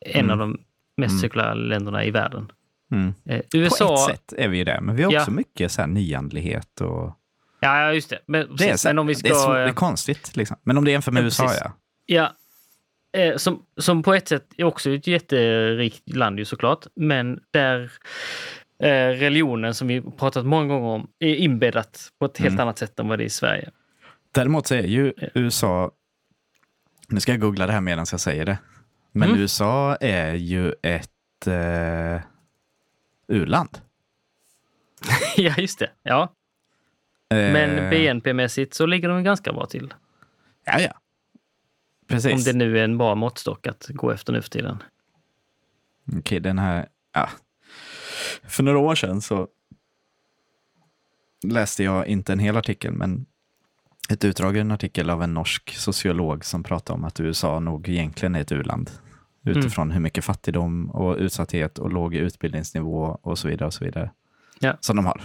S2: En av de mest sekulära länderna i världen.
S1: Mm.
S2: Eh,
S1: På ett
S2: USA...
S1: sätt är vi ju det, men vi har
S2: Ja.
S1: också mycket så här nyandlighet och...
S2: Ja, ja, just det. Men,
S1: Det är,
S2: precis,
S1: så här,
S2: men om vi
S1: det, är svårt,
S2: ska...
S1: det är
S2: eh,
S1: konstigt, liksom. men om det jämför med
S2: Ja,
S1: USA,
S2: precis.
S1: ja.
S2: Ja, eh, som, som på ett sätt är också ett jätterikt land ju såklart, men där eh, religionen som vi pratat många gånger om är inbäddat på ett
S1: Mm.
S2: helt annat sätt än vad det är i Sverige.
S1: Däremot så är ju USA... Nu ska jag googla det här medan jag säger det. Men
S2: Mm.
S1: USA är ju ett eh, u-land.
S2: ja, just det. Ja. Men
S1: Eh.
S2: BNP-mässigt så ligger de ganska bra till.
S1: Ja, ja. Precis.
S2: Om det nu är en bra måttstock att gå efter nu för tiden.
S1: Okej, den här... Ja. För några år sedan så läste jag, inte en hel artikel, men ett utdrag ur en artikel av en norsk sociolog som pratade om att USA nog egentligen är ett u-land.
S2: Mm.
S1: Utifrån hur mycket fattigdom och utsatthet och låg utbildningsnivå och så vidare. och så vidare
S2: Ja.
S1: Som de har.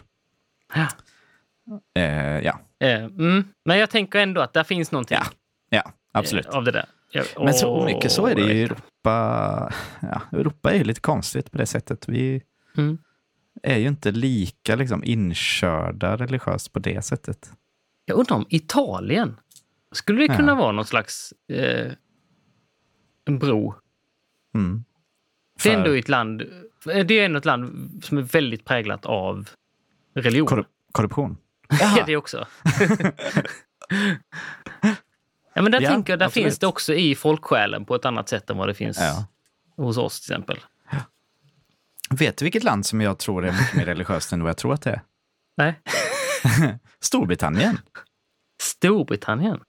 S2: Ja.
S1: Eh, ja.
S2: Eh, mm. Men jag tänker ändå att där finns någonting
S1: Ja, ja, absolut.
S2: eh, av det där. Ja,
S1: Men så
S2: och-
S1: mycket så är det ju i Europa. Ja, Europa är ju lite konstigt på det sättet. Vi
S2: Mm.
S1: är ju inte lika liksom, inkörda religiöst på det sättet.
S2: Jag undrar om Italien. Skulle det
S1: Ja.
S2: kunna vara någon slags eh, en bro?
S1: Mm.
S2: Det är
S1: För
S2: ändå ett land, eh, det är ändå ett land som är väldigt präglat av religion.
S1: korru- korruption.
S2: Ja, det också. ja, men där
S1: Ja,
S2: tänker jag, där
S1: absolut.
S2: finns det också i folksjälen på ett annat sätt än vad det finns
S1: Ja.
S2: hos oss till exempel.
S1: Vet du vilket land som jag tror är mycket mer religiöst än vad jag tror att det är?
S2: Nej.
S1: Storbritannien.
S2: Storbritannien.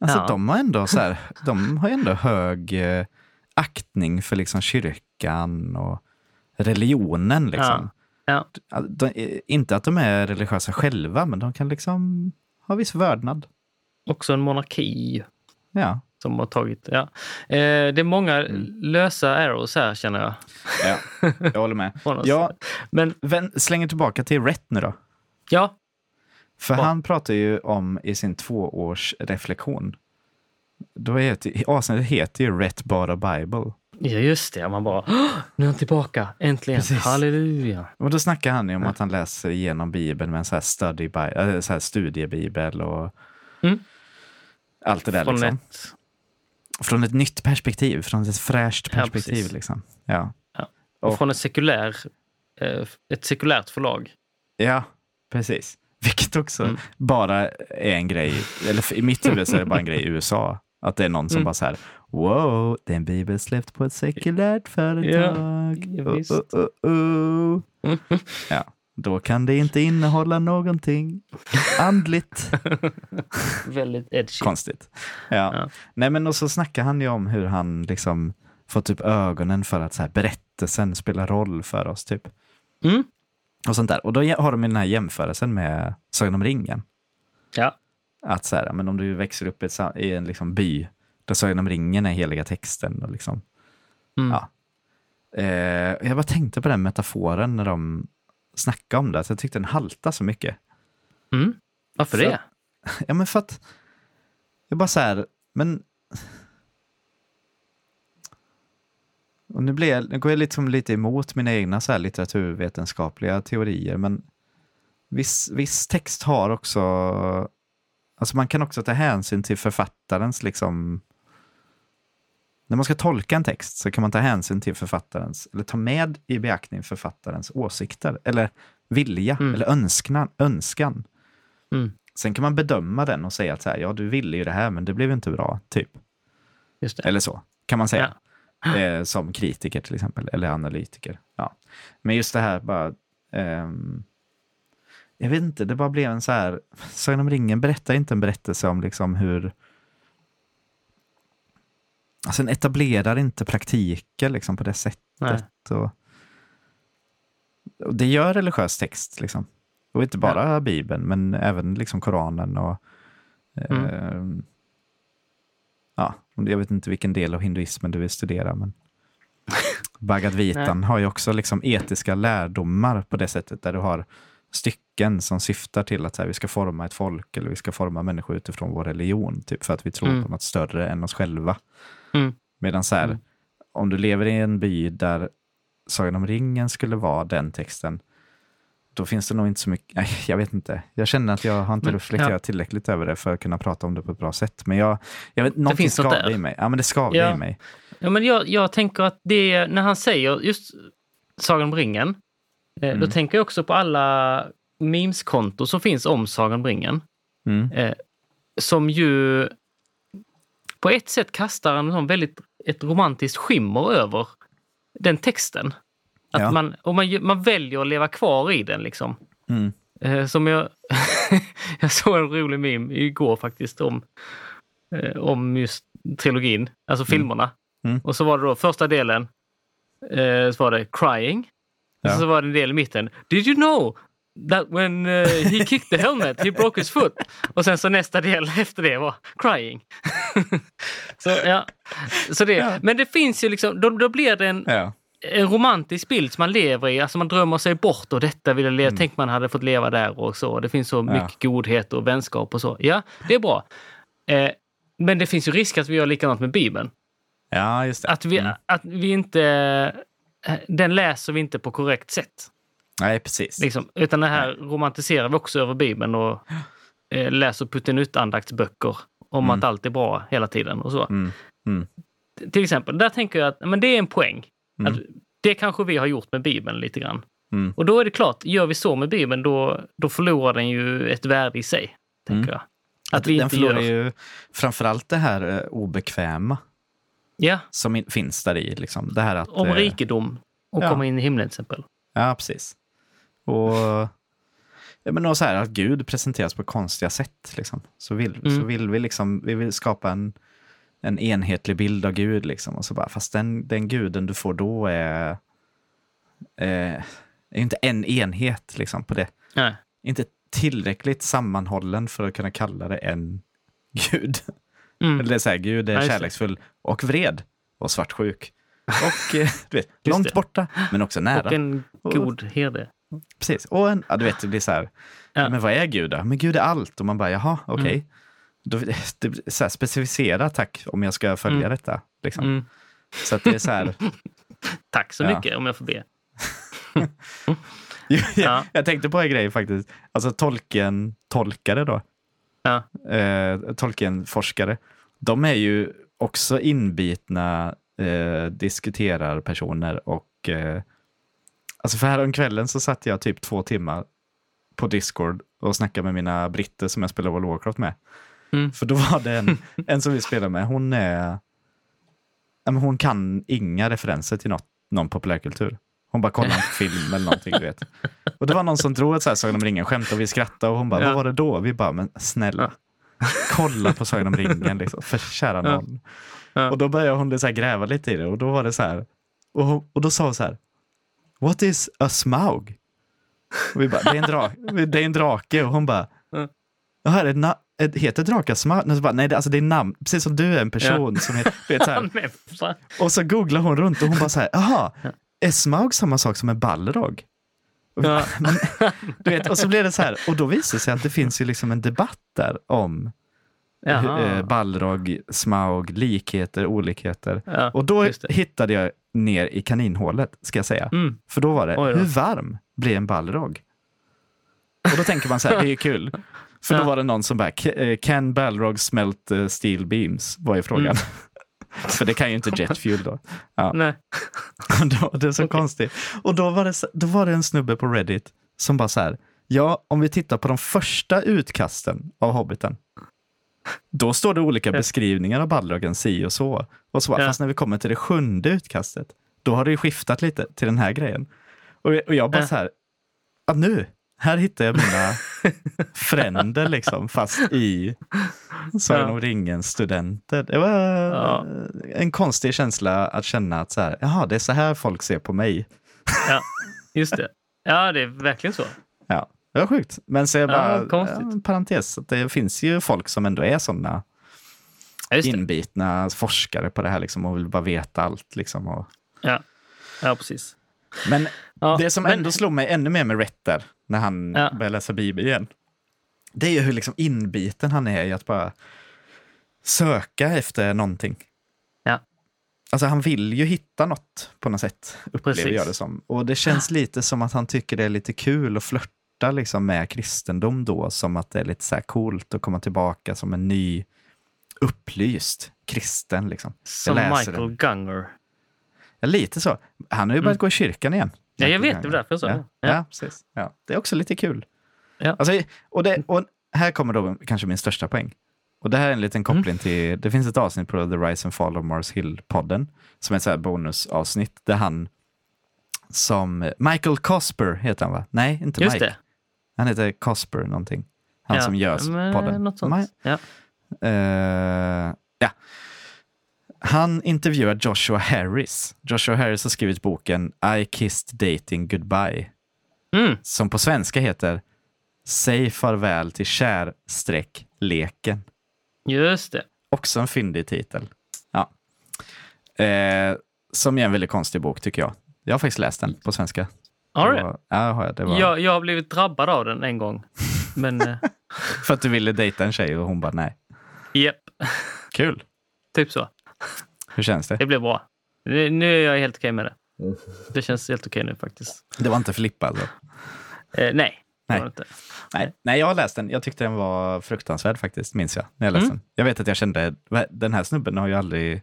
S1: Alltså,
S2: Ja.
S1: de, har ändå så här, de har ändå hög eh, aktning för liksom, kyrkan och religionen. Liksom.
S2: Ja.
S1: Alltså, De, inte att de är religiösa själva, men de kan liksom ha viss värdnad.
S2: Också en monarki
S1: Ja.
S2: som har tagit... Ja. Eh, det är många
S1: Mm.
S2: lösa arrows här känner jag.
S1: ja, jag håller med.
S2: Från oss.
S1: Jag
S2: Men
S1: vän, slänger tillbaka till Rett nu då.
S2: ja,
S1: För
S2: Ja.
S1: han pratar ju om i sin tvåårsreflektion. Då heter, avsnittet heter ju Rätt bara Bible.
S2: Ja, just det. Man bara, "Åh, nu är han tillbaka. Äntligen.
S1: Precis.
S2: Halleluja.
S1: Och då snackar han ju om att han läser igenom Bibeln med en så här, study bi- äh, så här studiebibel och
S2: Mm.
S1: allt det där.
S2: Från
S1: liksom.
S2: ett,
S1: från ett nytt perspektiv, från ett fräscht
S2: Ja,
S1: perspektiv.
S2: precis.
S1: liksom. ja.
S2: och
S1: Och-
S2: från ett, sekulär, eh, ett sekulärt förlag.
S1: ja, precis. Vilket också
S2: Mm.
S1: bara är en grej, eller i mitt huvud så är det bara en grej i USA. Att det är någon som
S2: Mm.
S1: bara så här, wow, den bibeln släppt på ett sekulärt företag.
S2: ja,
S1: oh,
S2: visst.
S1: oh, oh, oh. ja, då kan det inte innehålla någonting andligt.
S2: Väldigt edgy.
S1: Konstigt. Ja.
S2: Ja.
S1: Nej, men och så snackar han ju om hur han liksom får typ ögonen för att så här, berättelsen spelar roll för oss. typ.
S2: Mm.
S1: Och sånt där. Och då har de ju den här jämförelsen med Sagan om ringen.
S2: Ja.
S1: Att så här, men om du växer upp i, ett, sam- i en liksom by där Sagan om ringen är heliga texten. Och liksom,
S2: Mm.
S1: Ja. eh, jag bara tänkte på den metaforen när de snackade om det. Så jag tyckte den haltade så mycket.
S2: Mm. Varför
S1: Så-
S2: det?
S1: Ja, men för att... Jag bara så här, men... Och nu, blir jag, nu går jag liksom lite emot mina egna så här litteraturvetenskapliga teorier, men viss, viss text har också... Alltså man kan också ta hänsyn till författarens liksom... När man ska tolka en text så kan man ta hänsyn till författarens, eller ta med i beaktning författarens åsikter, eller vilja,
S2: Mm.
S1: eller önskna, önskan.
S2: Mm.
S1: Sen kan man bedöma den och säga att så här, ja, du ville ju det här, men det blev inte bra, typ.
S2: Just det.
S1: Eller så, kan man säga. Eh, som kritiker till exempel, eller analytiker. Ja. Men just det här bara... ehm, jag vet inte, det bara blev en så här... Sagan om ringen berättar inte en berättelse om liksom hur... Alltså den etablerar inte praktiker liksom på det sättet.
S2: Nej.
S1: Och, och det gör religiös text. Liksom. Och inte bara Bibeln, men även liksom Koranen och...
S2: Mm.
S1: ehm, ja, jag vet inte vilken del av hinduismen du vill studera, men... Bhagavad Gitan har ju också liksom etiska lärdomar på det sättet, där du har stycken som syftar till att så här, vi ska forma ett folk eller vi ska forma människor utifrån vår religion, typ för att vi tror
S2: Mm.
S1: på något större än oss själva.
S2: Mm.
S1: Medan så här,
S2: Mm.
S1: om du lever i en by där Sagan om ringen skulle vara den texten, då finns det nog inte så mycket, nej, jag vet inte. Jag känner att jag har inte
S2: Men,
S1: reflekterat
S2: ja.
S1: tillräckligt över det för att kunna prata om det på ett bra sätt. Men jag, jag vet, någonting
S2: finns något
S1: skavde
S2: där.
S1: i mig. Ja, men det skavde
S2: Ja.
S1: i mig.
S2: Ja, men jag, jag tänker att det, när han säger just Sagan om ringen, eh, då
S1: Mm.
S2: tänker jag också på alla memeskonton som finns om Sagan om ringen.
S1: Mm.
S2: Eh, som ju på ett sätt kastar en sån väldigt, ett romantiskt skimmer över den texten. Att
S1: Ja.
S2: man, och man, ju- man väljer att leva kvar i den. liksom.
S1: Mm.
S2: Eh, som jag, jag såg en rolig meme igår faktiskt om, eh, om just trilogin, alltså filmerna.
S1: Mm.
S2: Och så var det då första delen, eh, så var det crying.
S1: Ja.
S2: Och så var det en del i mitten. Did you know that when eh, he kicked the helmet he broke his foot? Och sen så nästa del efter det var crying. så, ja. så det.
S1: Ja.
S2: Men det finns ju liksom, då, då blir det en,
S1: Ja.
S2: en romantisk bild som man lever i. Alltså man drömmer sig bort och detta vill jag leva.
S1: Mm.
S2: Tänk man hade fått leva där och så. Det finns så mycket godhet och vänskap och så. Ja, det är bra. Eh, men det finns ju risk att vi gör likadant med Bibeln.
S1: ja, just det.
S2: Att vi,
S1: Mm.
S2: att vi inte... eh, Den läser vi inte på korrekt sätt.
S1: Nej, precis.
S2: Liksom. Utan det här romantiserar vi också över Bibeln och eh, läser Putin-ut-andaktsböcker om
S1: Mm.
S2: att allt är bra hela tiden och så
S1: Mm. Mm.
S2: till exempel, där tänker jag att men det är en poäng.
S1: Mm.
S2: Att det kanske vi har gjort med Bibeln lite grann.
S1: Mm.
S2: Och då är det klart, gör vi så med Bibeln då, då förlorar den ju ett värde i sig.
S1: Mm.
S2: Tänker jag. Att vi
S1: den
S2: inte gör...
S1: förlorar ju framförallt det här eh, obekväma
S2: Ja,
S1: som in, finns där i. Liksom. Det här att,
S2: om
S1: eh,
S2: rikedom och
S1: Ja.
S2: komma in i himlen till exempel.
S1: Ja, precis. Och, ja, men och så här, att Gud presenteras på konstiga sätt. Liksom. Så, vill, så
S2: Mm.
S1: vill vi, liksom, vi vill skapa en, en enhetlig bild av Gud. Liksom. Och så bara, fast den, den guden du får då är, eh, är ju inte en enhet liksom, på det.
S2: Nej.
S1: Inte tillräckligt sammanhållen för att kunna kalla det en gud.
S2: Mm.
S1: Eller det är så här, Gud
S2: Ja,
S1: är
S2: just det.
S1: kärleksfull och vred och svartsjuk. Och eh, du vet, långt
S2: det.
S1: borta, men också nära.
S2: Och en god herde.
S1: Precis. Och en, ja, du vet, det blir så här,
S2: Ja. Mm.
S1: men vad är Gud då? Men Gud är allt. Och man bara, jaha, okej. Då, det, blir så här, specificera tack om jag ska följa
S2: Mm.
S1: detta. Liksom.
S2: Mm.
S1: Så att det är så här,
S2: Tack så
S1: Ja.
S2: mycket om jag får be.
S1: jag,
S2: Ja.
S1: jag tänkte på en grej faktiskt. Alltså tolken tolkare då,
S2: Ja.
S1: eh, tolken forskare, de är ju också inbitna eh, diskuterarpersoner och eh, alltså för häromkvällen så satt jag typ två timmar på Discord och snackade med mina britter som jag spelar World of Warcraft med.
S2: Mm.
S1: För då var det en, en som vi spelade med, hon är... Ja, men hon kan inga referenser till något, någon populärkultur. Hon bara kollar på film eller någonting, du vet. Och det var någon som drog ett så här Sagan om ringen-skämt och vi skrattade och hon bara,
S2: Ja.
S1: vad var det då? Vi bara, men snälla, kolla på Sagan om ringen, liksom, för kära
S2: Ja.
S1: någon.
S2: Ja.
S1: Och då började hon så här gräva lite i det och då var det så här, och, hon- och då sa hon så här, what is a smaug? Och vi bara, det är en, dra- det är en drake och hon bara,
S2: Mm.
S1: Jaha, är det na- ett- heter drakar smaug? Och så bara, Nej, det, alltså det är namn, precis som du är en person som heter, du vet, så här.
S2: Men, fan.
S1: Och så googlar hon runt och hon bara så här, jaha, är smaug samma sak som en balrog? Och vi bara,
S2: Ja.
S1: Men, du vet, och så blev det så här, och då visade det sig att det finns ju liksom en debatt där om
S2: Jaha.
S1: eh, Balrog, Smaug, likheter, olikheter.
S2: Ja,
S1: Och då
S2: just det.
S1: hittade jag ner i kaninhålet, ska jag säga.
S2: Mm.
S1: För då var det,
S2: Oj då.
S1: hur varm blir en Balrog? Och då tänker man så här, det är ju kul. För då
S2: Ja.
S1: var det någon som bara, "Ca- eh, can Balrog smelt eh, steel beams? Var ju frågan.
S2: Mm.
S1: För det kan ju inte jet fuel då. Ja.
S2: Nej.
S1: Och då, det är så konstigt. Och då var, det, så- då var det en snubbe på Reddit som bara så här, ja, om vi tittar på de första utkasten av Hobbiten, då står det olika beskrivningar av Balrogen si och så. Och så bara,
S2: Ja.
S1: fast när vi kommer till det sjunde utkastet, då har det ju skiftat lite till den här grejen. Och, och jag bara
S2: Ja.
S1: så här, ja, nu, här hittar jag mina fränder liksom, fast i Sagan
S2: Ja.
S1: om ringen-studenter. Det var
S2: Ja.
S1: en konstig känsla att känna att så här, jaha, det är så här folk ser på mig.
S2: Ja, just det. Ja, det är verkligen så.
S1: Ja, det var sjukt. Men så är jag
S2: Ja,
S1: bara,
S2: konstigt.
S1: ja, en parentes, att det finns ju folk som ändå är sådana
S2: Ja, just det.
S1: inbitna forskare på det här liksom, och vill bara veta allt. Liksom, och...
S2: Ja. ja, precis.
S1: Men
S2: Ja,
S1: det som
S2: men-
S1: ändå slog mig ännu mer med Retter, när han
S2: Ja.
S1: började läsa Bibeln igen, det är ju hur liksom inbiten han är i att bara söka efter någonting.
S2: Ja.
S1: Alltså han vill ju hitta något på något sätt, upplever
S2: Precis.
S1: jag det som. Och det känns lite som att han tycker det är lite kul att flörta liksom med kristendom då, som att det är lite så här coolt att komma tillbaka som en ny upplyst kristen. Liksom.
S2: Som
S1: läser
S2: Michael Gunger.
S1: Ja, lite så. Han har ju börjat gå i kyrkan igen.
S2: Mm. Ja, jag vet, det var därför jag sa
S1: ja.
S2: det.
S1: Ja.
S2: Ja.
S1: precis. Ja. Det är också lite kul.
S2: Ja. Mm.
S1: Alltså, och, det, och här kommer då kanske min största poäng. Och det här är en
S2: Mm.
S1: liten koppling till, det finns ett avsnitt på The Rise and Fall of Mars Hill-podden, som är ett så här bonusavsnitt, där han som, Michael Cosper heter han va? Nej, inte
S2: Just
S1: Mike.
S2: det.
S1: Han heter Cosper någonting. Han
S2: ja.
S1: som gör
S2: Men,
S1: podden.
S2: Något sånt.
S1: Ma-
S2: Ja.
S1: Eh, ja. Han intervjuar Joshua Harris. Joshua Harris har skrivit boken I kissed dating goodbye,
S2: Mm.
S1: som på svenska heter Säg farväl till kär-leken.
S2: Just det.
S1: Också en fyndig titel. Ja. Eh, som är en väldigt konstig bok, tycker jag. Jag har faktiskt läst den på svenska.
S2: Har
S1: Det
S2: du?
S1: var- Ja, har jag. Det var
S2: Jag, jag har blivit drabbad av den en gång. Men eh,
S1: för att du ville dejta en tjej och hon bara nej.
S2: japp,
S1: Kul.
S2: typ så.
S1: Hur känns det?
S2: Det blev bra. Nu nu är jag helt okej med det. Det känns helt okej nu faktiskt.
S1: Det var inte Filippa alltså?
S2: Eh, nej, det
S1: Nej.
S2: var det inte.
S1: Nej, nej, jag har läst den. Jag tyckte den var fruktansvärd faktiskt, minns jag. När jag läste
S2: Mm.
S1: den. Jag vet att jag kände, "Va, den här snubben har ju aldrig...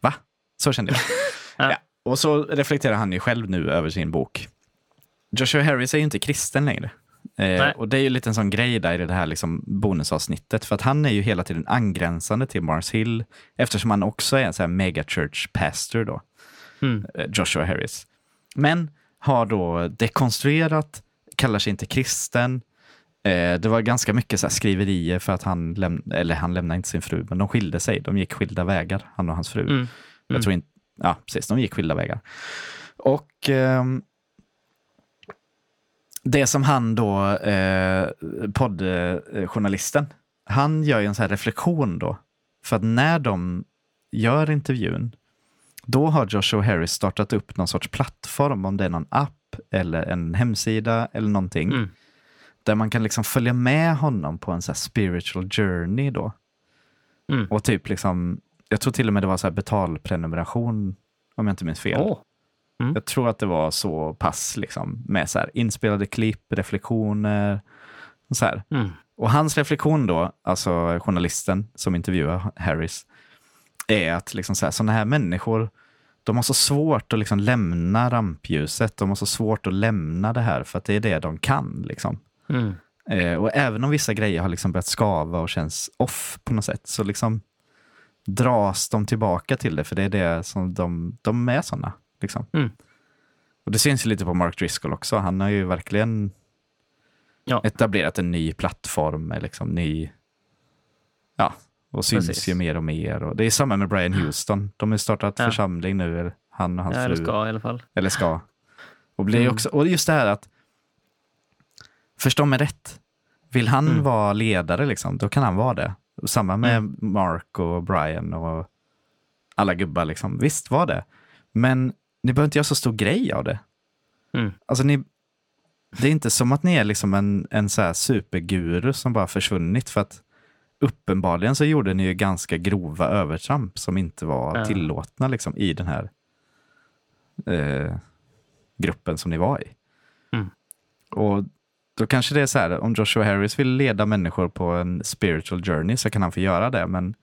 S1: Va? Så kände jag. ja.
S2: Ja.
S1: Och så reflekterar han ju själv nu över sin bok. Joshua Harris är ju inte kristen längre. Eh,
S2: Nej.
S1: och det är ju lite en sån grej där i det här liksom bonusavsnittet, för att han är ju hela tiden angränsande till Mars Hill, eftersom han också är en sån här megachurch pastor då.
S2: Mm.
S1: eh, Joshua Harris. Men har då dekonstruerat, kallar sig inte kristen. Eh, det var ganska mycket så här skriverier för att han, läm- eller han lämnade inte sin fru, men de skilde sig. De gick skilda vägar, han och hans fru.
S2: Mm.
S1: Jag tror inte, ja precis, de gick skilda vägar. Och ehm, det som han då, eh, poddjournalisten, han gör ju en sån här reflektion då. För att när de gör intervjun, då har Joshua Harris startat upp någon sorts plattform, om det är någon app eller en hemsida eller någonting,
S2: Mm.
S1: där man kan liksom följa med honom på en så här spiritual journey då.
S2: Mm.
S1: Och typ liksom, jag tror till och med det var så här betalprenumeration, om jag inte minns fel.
S2: Åh,
S1: Jag tror att det var så pass, liksom, med så här inspelade klipp, reflektioner. Och, så här.
S2: Mm.
S1: och hans reflektion då, alltså journalisten som intervjuar Harris, är att liksom så här, sådana här människor, de har så svårt att liksom lämna rampljuset. De har så svårt att lämna det här för att det är det de kan. Liksom.
S2: Mm.
S1: Eh, och även om vissa grejer har liksom börjat skava och känns off på något sätt så liksom dras de tillbaka till det för det är det som de, de är sådana. Liksom.
S2: Mm.
S1: Och det syns ju lite på Mark Driscoll också. Han har ju verkligen
S2: Ja.
S1: etablerat en ny plattform med liksom ny... Ja, och syns
S2: Precis.
S1: ju mer och mer. Och det är samma med Brian Houston. De har ju startat
S2: Ja.
S1: församling nu, han och hans
S2: Ja,
S1: fru.
S2: eller ska i alla fall.
S1: Eller ska. Och, blir
S2: Mm.
S1: också, och just det här att, förstå mig rätt, vill han
S2: Mm.
S1: vara ledare, liksom, då kan han vara det. Och Samma med Mark och Brian och alla gubbar. Liksom. Visst var det. Men ni behöver inte göra så stor grej av det.
S2: Mm.
S1: Alltså, ni, det är inte som att ni är liksom en, en så här superguru som bara försvunnit. för att Uppenbarligen så gjorde ni ju ganska grova övertramp som inte var
S2: Ja.
S1: tillåtna liksom, i den här eh, gruppen som ni var i.
S2: Mm.
S1: Och då kanske det är så här, om Joshua Harris vill leda människor på en spiritual journey så kan han få göra det, men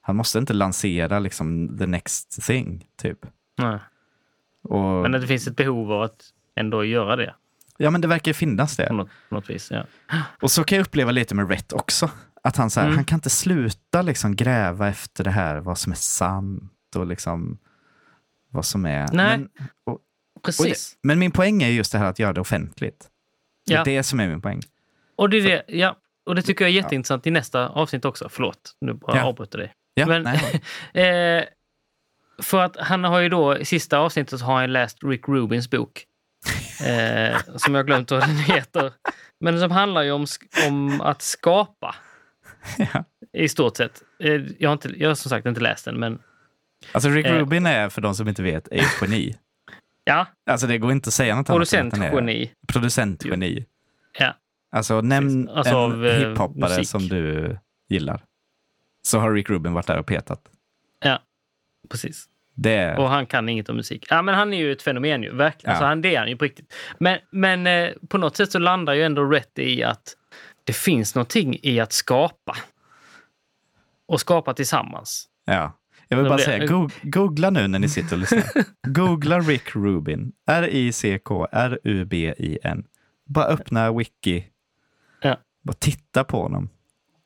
S1: han måste inte lansera liksom the next thing, typ.
S2: Nej.
S1: Och,
S2: Men att det finns ett behov av att ändå göra det
S1: Ja, men det verkar ju finnas det.
S2: på något, på något vis. Ja.
S1: Och så kan jag uppleva lite med Rhett också. Att han, så här,
S2: Mm.
S1: han kan inte sluta liksom gräva efter det här, vad som är sant och liksom vad som är...
S2: Nej,
S1: Men, och det,
S2: Precis.
S1: men min poäng är just det här att göra det offentligt.
S2: Ja.
S1: Det är det som är min poäng.
S2: Och det, är det, ja, och det tycker jag är jätteintressant i nästa avsnitt också. Förlåt, nu bara
S1: Ja.
S2: avbryter dig.
S1: Ja,
S2: Men-
S1: nej.
S2: Eh, för att han har ju då, i sista avsnittet så har han läst Rick Rubins bok. Eh, som jag har glömt vad den heter. Men som handlar ju om, sk- om att skapa.
S1: Ja.
S2: I stort sett. Eh, jag, har inte, jag har som sagt inte läst den, men
S1: Alltså Rick
S2: Eh.
S1: Rubin är, för de som inte vet, är ett geni.
S2: ja.
S1: Alltså det går inte att säga något annat. än att han är
S2: Producentgeni.
S1: Producentgeni.
S2: Ja.
S1: Alltså nämn
S2: Precis. Alltså,
S1: en
S2: av, eh,
S1: hiphoppare
S2: musik.
S1: som du gillar. Så har Rick Rubin varit där och petat.
S2: Precis.
S1: Det är...
S2: Och han kan inget om musik. Ja, men han är ju ett fenomen ju,
S1: Ja.
S2: verkligen. Alltså, han, det är han ju på riktigt. Men, men eh, på något sätt så landar ju ändå rätt i att det finns någonting i att skapa. Och skapa tillsammans.
S1: Ja. Jag vill
S2: Då
S1: bara
S2: blir-
S1: säga, go- googla nu när ni sitter och lyssnar. googla Rick Rubin. R-I-C-K-R-U-B-I-N. Bara öppna wiki.
S2: Ja.
S1: Bara titta på honom.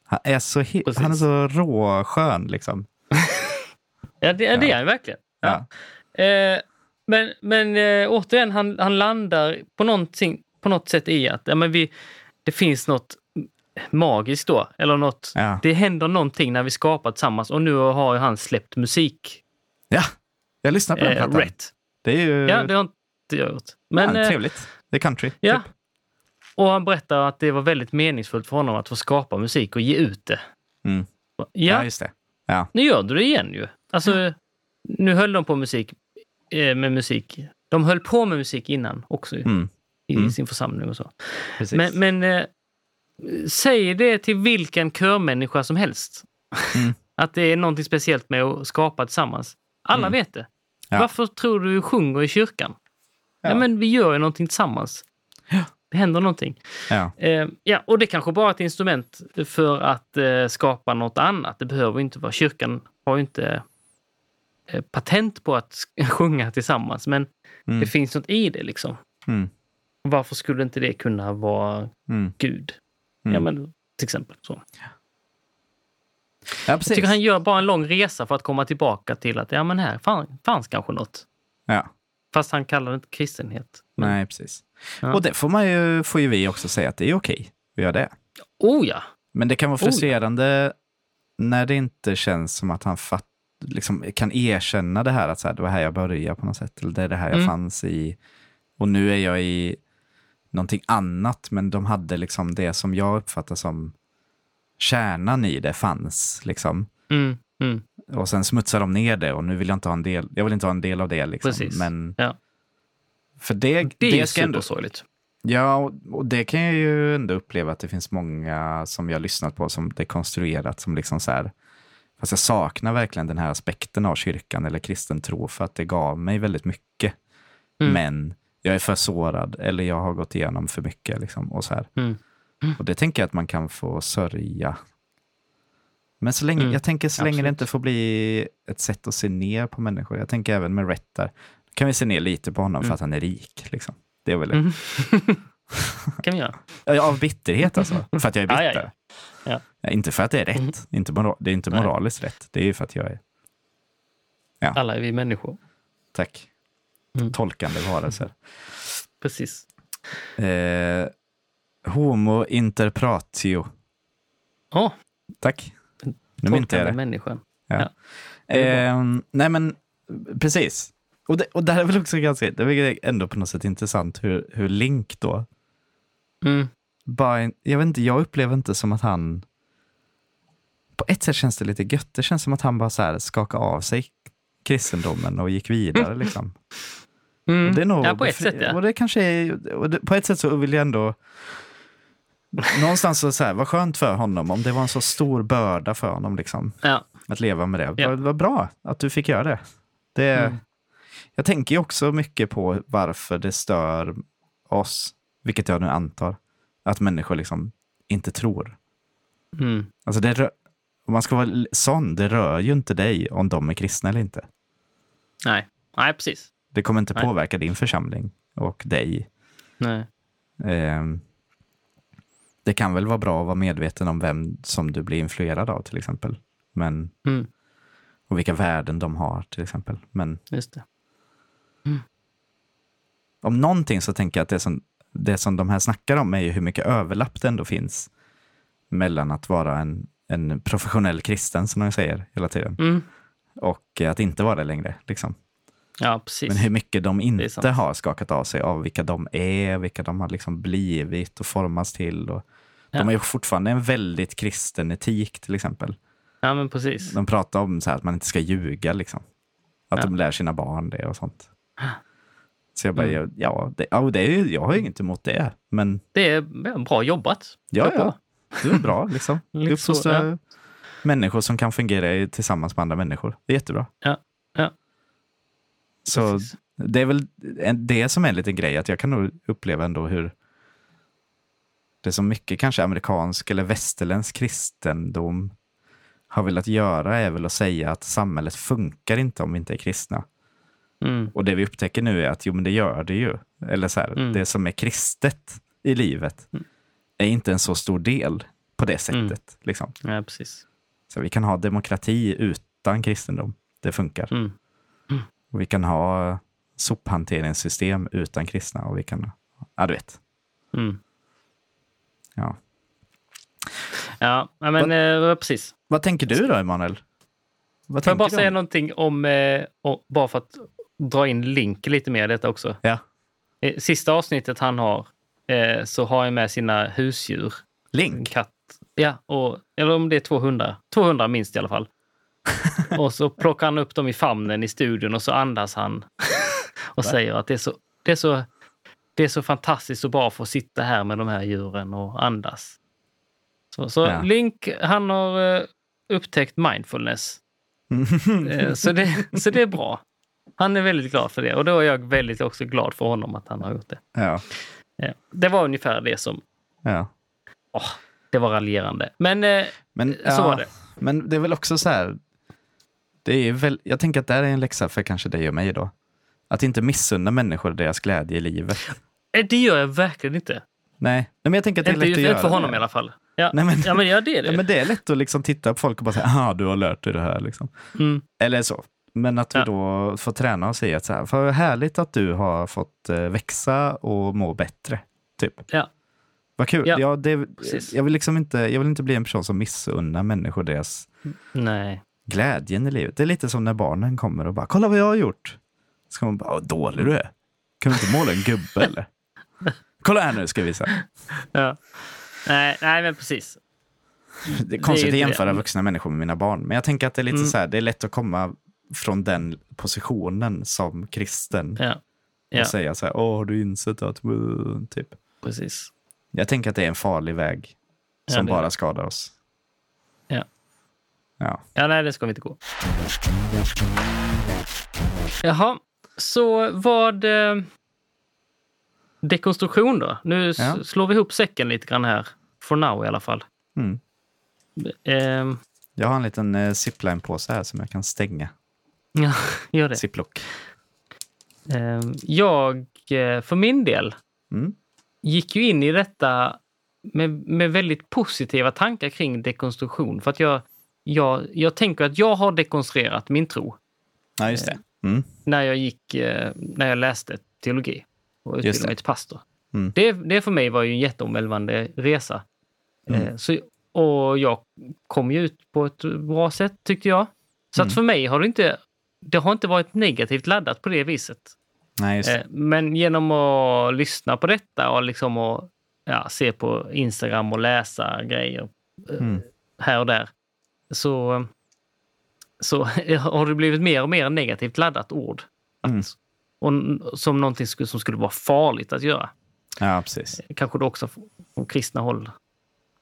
S1: Han är så, hi-
S2: Precis.
S1: han är så råskön liksom.
S2: Ja, det, ja. det
S1: Ja.
S2: är han verkligen.
S1: Ja.
S2: Eh, men men eh, återigen, han, han landar på, någonting, på något sätt i att ja, men vi, det finns något magiskt då. Eller något,
S1: Ja.
S2: Det händer någonting när vi skapar tillsammans. Och nu har ju han släppt musik.
S1: ja. Jag lyssnar på den
S2: Eh,
S1: plattan.
S2: rätt.
S1: Det är ju
S2: Ja, det har inte jag gjort.
S1: men,
S2: Men, eh,
S1: trevligt. Det är country.
S2: ja.
S1: Typ.
S2: Och han berättar att det var väldigt meningsfullt för honom att få skapa musik och ge ut det.
S1: Mm.
S2: Ja,
S1: ja, just det. Ja.
S2: nu gör du det igen ju. Alltså, nu höll de på musik, eh, med musik. De höll på med musik innan också ju,
S1: Mm.
S2: i
S1: Mm.
S2: sin församling och så.
S1: Precis.
S2: Men, men eh, säg det till vilken körmänniska som helst.
S1: Mm.
S2: att det är någonting speciellt med att skapa tillsammans. Alla
S1: Mm.
S2: vet det.
S1: Ja.
S2: Varför tror du sjunger i kyrkan? Ja.
S1: Ja.
S2: men vi gör ju någonting tillsammans. Det händer någonting.
S1: ja.
S2: Eh, ja, och det kanske bara är ett instrument för att eh, skapa något annat. Det behöver ju inte vara... Kyrkan har ju inte eh, patent på att sk- sjunga tillsammans, men
S1: Mm.
S2: det finns något i det. liksom.
S1: Mm.
S2: Varför skulle inte det kunna vara
S1: Mm.
S2: Gud?
S1: Mm.
S2: Ja, men, till exempel. Så.
S1: ja,
S2: Jag
S1: precis.
S2: tycker han gör bara en lång resa för att komma tillbaka till att ja, men här fan, fanns kanske något.
S1: Ja.
S2: Fast han kallar det inte kristenhet. Men,
S1: Nej, precis.
S2: Ja.
S1: Och det får, man ju, får ju vi också säga att det är okej. Vi gör det.
S2: Oh ja!
S1: Men det kan vara
S2: Oh, ja.
S1: frustrerande när det inte känns som att han fatt, liksom, kan erkänna det här, att så här, det var här jag började på något sätt, eller det är det här jag
S2: Mm.
S1: fanns i, och nu är jag i någonting annat, men de hade liksom det som jag uppfattar som kärnan i det fanns, liksom.
S2: Mm, mm,
S1: Och sen smutsar de ner det och nu vill jag inte ha en del, jag vill inte ha en del av det, liksom.
S2: precis.
S1: Men
S2: ja.
S1: för det, det,
S2: Det är ju
S1: ska ändå
S2: supersorgligt.
S1: Ja, och, och det kan jag ju ändå uppleva att det finns många som jag har lyssnat på som det är konstruerat som liksom så här, fast jag saknar verkligen den här aspekten av kyrkan eller kristen tro för att det gav mig väldigt mycket.
S2: Mm.
S1: Men jag är för sårad eller jag har gått igenom för mycket liksom och så här.
S2: Mm.
S1: Och det tänker jag att man kan få sörja Men så länge,
S2: Mm,
S1: jag tänker så länge det
S2: absolut.
S1: inte får bli ett sätt att se ner på människor. Jag tänker även med Rhett där. Då kan vi se ner lite på honom för
S2: Mm.
S1: att han är rik. Liksom. Det är väl
S2: Mm. kan vi göra.
S1: Ja, Av bitterhet alltså. För att jag är
S2: Ja,
S1: bitter.
S2: ja, ja. Ja.
S1: Nej, Inte för att det är rätt.
S2: Mhm.
S1: Inte mora- det är inte
S2: Nej.
S1: moraliskt rätt. Det är ju för att jag är,
S2: Alla är vi människor.
S1: tack,
S2: Mm.
S1: tolkande varelser.
S2: Precis.
S1: Eh, homo interpratio.
S2: Åh,
S1: Tack. Nu
S2: tolkande
S1: myntar jag det.
S2: människan.
S1: Ehm, nej men precis. Och det, och det här är väl också ganska, det är ändå på något sätt intressant hur, hur Link då,
S2: Mm.
S1: bara, en- jag vet inte, jag upplever inte som att han, på ett sätt känns det lite gött, det känns som att han bara så här skakade av sig kristendomen och gick vidare liksom.
S2: Mm.
S1: Och det är nog
S2: ja, på ett
S1: befri-
S2: sätt ja.
S1: Och det kanske är, och det, på ett sätt så vill jag ändå, någonstans så, så här, vad skönt för honom om det var en så stor börda för honom liksom.
S2: ja.
S1: Att leva med det.
S2: Ja.
S1: Vad, vad bra att du fick göra det. det
S2: Mm.
S1: Jag tänker ju också mycket på varför det stör oss, vilket jag nu antar, att människor liksom inte tror.
S2: Mm.
S1: Alltså det rö- om man ska vara l- sån, det rör ju inte dig om de är kristna eller inte.
S2: Nej. Nej, precis.
S1: Det kommer inte
S2: Nej.
S1: påverka din församling och dig.
S2: Nej.
S1: Ehm, det kan väl vara bra att vara medveten om vem som du blir influerad av till exempel. Men,
S2: Mm.
S1: och vilka värden de har till exempel. Men
S2: Just det.
S1: om någonting så tänker jag att det som, det som de här snackar om är ju hur mycket överlapp det ändå finns mellan att vara en, en professionell kristen, som de säger hela tiden,
S2: Mm.
S1: och att inte vara det längre. Liksom.
S2: Ja, precis.
S1: Men hur mycket de
S2: sant.
S1: inte har skakat av sig av vilka de är, vilka de har liksom blivit och formats till. Och
S2: Ja.
S1: De har ju fortfarande en väldigt kristen etik till exempel.
S2: Ja, men precis.
S1: De pratar om så här att man inte ska ljuga. Liksom. Att
S2: Ja. Ah.
S1: de lär sina barn det och sånt. Så jag bara,
S2: Mm.
S1: ja, det, ja det är, ju- jag har ju inget emot det. Men
S2: Det är bra jobbat.
S1: ja,
S2: Kör på.
S1: ja du är bra liksom. Du
S2: Lite så,
S1: uppfostrar människor som kan fungera i- tillsammans med andra människor. Det är jättebra.
S2: Ja, ja.
S1: Så
S2: Precis.
S1: det är väl en- det som är en liten grej, att jag kan nog uppleva ändå hur det som mycket kanske amerikansk eller västerländsk kristendom har velat göra är väl att säga att samhället funkar inte om vi inte är kristna.
S2: Mm.
S1: Och det vi upptäcker nu är att jo, men det gör det ju. Eller så här,
S2: Mm.
S1: det som är kristet i livet är inte en så stor del på det sättet.
S2: Mm.
S1: Liksom.
S2: Ja, precis.
S1: Så vi kan ha demokrati utan kristendom. Det funkar.
S2: Mm.
S1: Och vi kan ha sophanteringssystem utan kristna. Och vi kan, ja, du vet.
S2: Mm.
S1: Ja.
S2: Ja, ja, men eh, precis.
S1: Vad tänker du då, Emanuel? Vad
S2: Får jag
S1: tänker
S2: bara
S1: du
S2: säga
S1: om-
S2: någonting om, eh, och, bara för att dra in Link lite mer i detta också.
S1: Ja.
S2: Eh, Sista avsnittet han har eh, så har han med sina husdjur. En
S1: Link?
S2: katt. Ja, och, eller om det är 200. 200 minst i alla fall. och så plockar han upp dem i famnen i studion och så andas han. och säger att det är, så, det, är så, det är så fantastiskt och bra för att sitta här med de här djuren och andas. Så, så
S1: Ja.
S2: Link, han har eh, upptäckt mindfulness. Eh, så, det, så det är bra. Han är väldigt glad för det och då är jag väldigt också glad för honom att han har gjort det.
S1: Ja.
S2: Eh, Det var ungefär det som...
S1: ja.
S2: Åh, det var raljerande. Men eh,
S1: Men,
S2: Så var det.
S1: Men det är väl också så här. Det är väl, jag tänker att det här är en läxa för kanske dig och mig då. Att inte missunna människor deras glädje i livet.
S2: eh, det gör jag verkligen inte.
S1: Nej, Nej, men jag tänker att det är
S2: Inte,
S1: lätt att
S2: inte
S1: göra.
S2: för honom
S1: det.
S2: i alla fall. Ja,
S1: Nej, men-
S2: ja men ja, det är det.
S1: Ja, men det är lätt att liksom titta på folk och bara säga, ah, du har lärt dig det här. Liksom.
S2: Mm.
S1: Eller så. Men att vi
S2: Ja.
S1: då får träna oss i att så här, för härligt att du har fått eh, växa och må bättre. Typ.
S2: Ja.
S1: Vad kul. Ja.
S2: Ja,
S1: det,
S2: precis.
S1: jag, vill liksom inte, jag vill inte bli en person som missunnar människor deras
S2: Nej.
S1: glädjen i livet. Det är lite som när barnen kommer och bara, kolla vad jag har gjort. Så kommer man bara, vad dålig du är. Kan du inte måla en gubbe eller? Kolla här nu ska jag visa.
S2: Ja. Nej, nej, men precis.
S1: Det är konstigt
S2: Det är ju
S1: att
S2: det.
S1: jämföra vuxna människor med mina barn, men jag tänker att det är lite
S2: Mm.
S1: så här, det är lätt att komma från den positionen som kristen
S2: Ja, ja
S1: och säga så här, åh, har du insett att... uh," Typ.
S2: precis.
S1: Jag tänker att det är en farlig väg
S2: Ja,
S1: som
S2: det är
S1: bara
S2: det.
S1: skadar oss.
S2: Ja.
S1: Ja.
S2: Ja, nej, det ska vi inte gå. Jaha, så vad... Eh, dekonstruktion då? Nu s-
S1: Ja.
S2: slår vi ihop säcken lite grann här. For now i alla fall.
S1: Mm.
S2: Ehm,
S1: Jag har en liten eh, zipline-påse här som jag kan stänga.
S2: Ja, gör det.
S1: Ziplock.
S2: Eh, Jag, eh, för min del,
S1: Mm.
S2: gick ju in i detta med, med väldigt positiva tankar kring dekonstruktion. För att jag, jag, jag tänker att jag har dekonstruerat min tro
S1: Ja, just det.
S2: Eh.
S1: Mm.
S2: när jag, gick, eh, när jag läste teologi och
S1: Just det.
S2: utbildade mig till pastor.
S1: Mm.
S2: Det, det för mig var ju en jätteomvälvande resa.
S1: Mm.
S2: Eh, så, och jag kom ju ut på ett bra sätt tyckte jag. Så
S1: Mm.
S2: att för mig har det inte, det har inte varit negativt laddat på det viset.
S1: Nej, just det.
S2: Eh, Men genom att lyssna på detta och liksom att, ja, se på Instagram och läsa grejer eh,
S1: Mm.
S2: här och där så, så har det blivit mer och mer negativt laddat ord. Att,
S1: Mm.
S2: och, n- som någonting sku- som skulle vara farligt att göra.
S1: Ja, precis.
S2: Kanske då också från- från kristna håll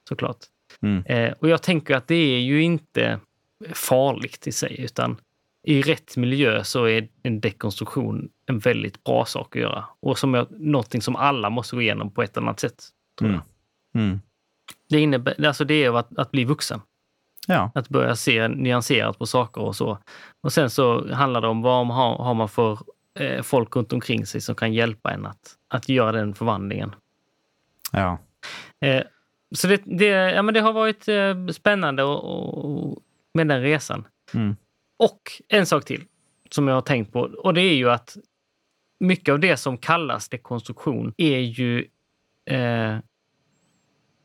S2: såklart.
S1: Mm.
S2: Eh, och jag tänker att det är ju inte farligt i sig, utan i rätt miljö så är en dekonstruktion en väldigt bra sak att göra. Och som jag, någonting som alla måste gå igenom på ett eller annat sätt. Tror
S1: Mm.
S2: jag.
S1: Mm.
S2: Det, innebär, alltså det är ju att, att bli vuxen,
S1: Ja,
S2: att börja se nyanserat på saker och så. Och sen så handlar det om vad har, har man för eh, folk runt omkring sig som kan hjälpa en att, att göra den förvandlingen.
S1: ja.
S2: Eh, så det, det, ja, men det har varit eh, spännande och, och, och med den resan.
S1: Mm.
S2: Och en sak till som jag har tänkt på och det är ju att mycket av det som kallas dekonstruktion är ju eh,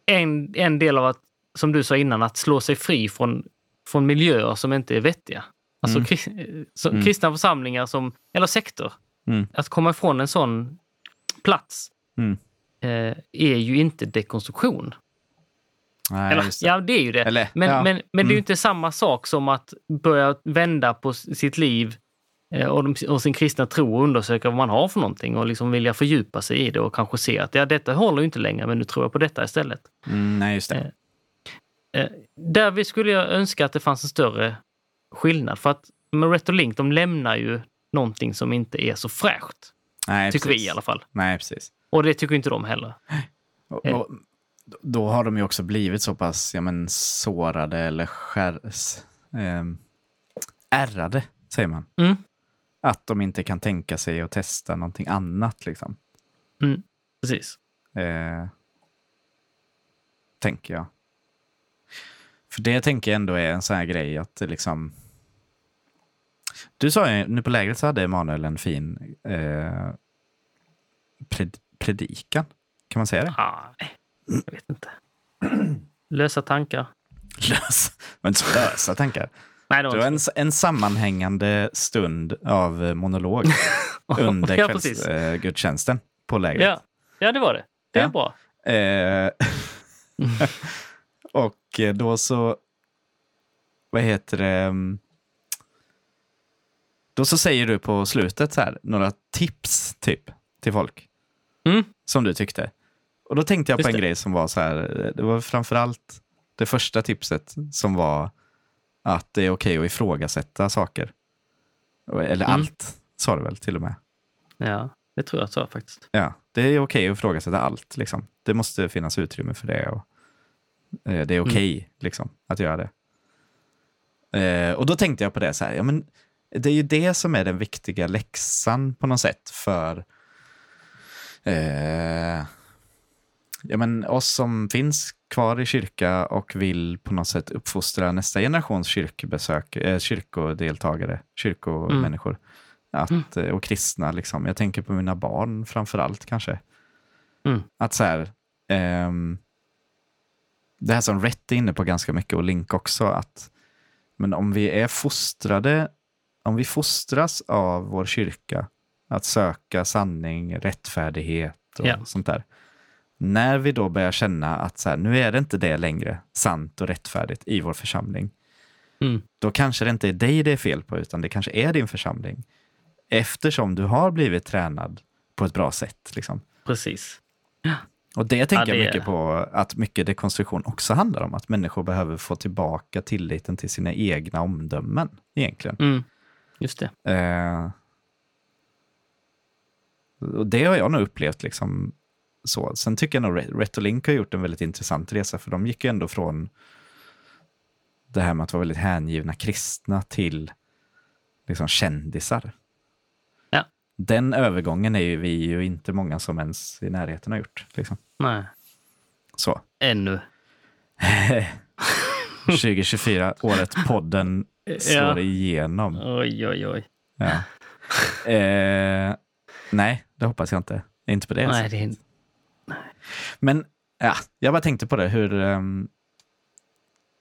S2: en, en del av att, som du sa innan, att slå sig fri från, från miljöer som inte är vettiga. Alltså
S1: Mm.
S2: kri- eh, så,
S1: Mm.
S2: kristna församlingar som, eller sektor.
S1: Mm.
S2: Att komma ifrån en sån plats
S1: Mm.
S2: eh, är ju inte dekonstruktion.
S1: Nej,
S2: Eller,
S1: just det.
S2: ja, det är ju det.
S1: Eller,
S2: men
S1: ja.
S2: men, men det är
S1: Mm.
S2: ju inte samma sak som att börja vända på s- sitt liv eh, och, de, och sin kristna tro och undersöka vad man har för någonting och liksom vilja fördjupa sig i det och kanske se att ja, detta håller ju inte längre, men nu tror jag på detta istället.
S1: Mm, nej, just det.
S2: Eh, där vi skulle jag önska att det fanns en större skillnad. För att med Retolink, de lämnar ju någonting som inte är så fräscht.
S1: Nej,
S2: tycker
S1: precis.
S2: vi i alla fall.
S1: Nej, precis.
S2: Och det tycker inte de heller.
S1: Och,
S2: Eh.
S1: och, då har de ju också blivit så pass ja, men, sårade eller skär, s- ehm, ärrade, säger man.
S2: Mm.
S1: Att de inte kan tänka sig att testa någonting annat. Liksom.
S2: Mm, Precis.
S1: Eh, tänker jag. För det tänker jag ändå är en sån här grej att det liksom... Du sa ju, nu på lägret så hade Emanuel en fin eh, pred, predikan. Kan man säga det?
S2: Ah, nej, jag vet inte. Lösa tankar.
S1: Lös, men så lösa tankar.
S2: Nej, det var
S1: Det
S2: inte
S1: var en, en sammanhängande stund av eh, monolog under
S2: Ja, precis.
S1: kvällsgudstjänsten på lägret.
S2: Ja, ja det var det. Det är
S1: Ja.
S2: bra.
S1: Eh, och eh, då så, vad heter det, mm, då så säger du på slutet så här, några tips typ till folk
S2: Mm.
S1: som du tyckte. Och då tänkte jag på
S2: Just
S1: en
S2: det.
S1: grej som var så här, eh, det var framförallt det första tipset som var att det är okej att ifrågasätta saker. Eller
S2: Mm.
S1: allt, sa du väl till och med?
S2: Ja, det tror jag att jag sa faktiskt.
S1: Ja, det är okej att ifrågasätta allt. Liksom. Det måste finnas utrymme för det. Och, eh, det är okej liksom, att göra det. Eh, och då tänkte jag på det så här, ja, men det är ju det som är den viktiga läxan på något sätt för eh, ja, men oss som finns kvar i kyrka och vill på något sätt uppfostra nästa generations kyrkobesök, eh, kyrkodeltagare, kyrkomänniskor att, eh, och kristna. Liksom. Jag tänker på mina barn framför allt kanske.
S2: Mm.
S1: Att så här, ehm, det här som Rett är inne på ganska mycket och Link också, att men om vi är fostrade, om vi fostras av vår kyrka att söka sanning, rättfärdighet och
S2: Ja.
S1: sånt där. När vi då börjar känna att så här, nu är det inte det längre, sant och rättfärdigt i vår församling,
S2: Mm.
S1: då kanske det inte är dig det är fel på, utan det kanske är din församling. Eftersom du har blivit tränad på ett bra sätt. Liksom.
S2: Precis.
S1: Och det tänker
S2: Ja, det
S1: jag
S2: är
S1: mycket
S2: det.
S1: på, att mycket dekonstruktion också handlar om. Att människor behöver få tillbaka tilliten till sina egna omdömen, egentligen.
S2: Mm. Just det.
S1: Eh, och det har jag nog upplevt liksom så. Sen tycker jag nog Re- Retolink har gjort en väldigt intressant resa, för de gick ju ändå från... det här med att vara väldigt hängivna kristna till liksom kändisar.
S2: Ja.
S1: Den övergången är ju vi ju inte många som ens i närheten har gjort. Liksom.
S2: Nej,
S1: Så.
S2: ännu.
S1: 2024, året podden slår
S2: Ja.
S1: igenom.
S2: Oj, oj, oj.
S1: Ja. Eh, nej, det hoppas jag inte. Inte på det. alltså.
S2: Nej, det är...
S1: Men ja, jag bara tänkte på det, hur, ehm,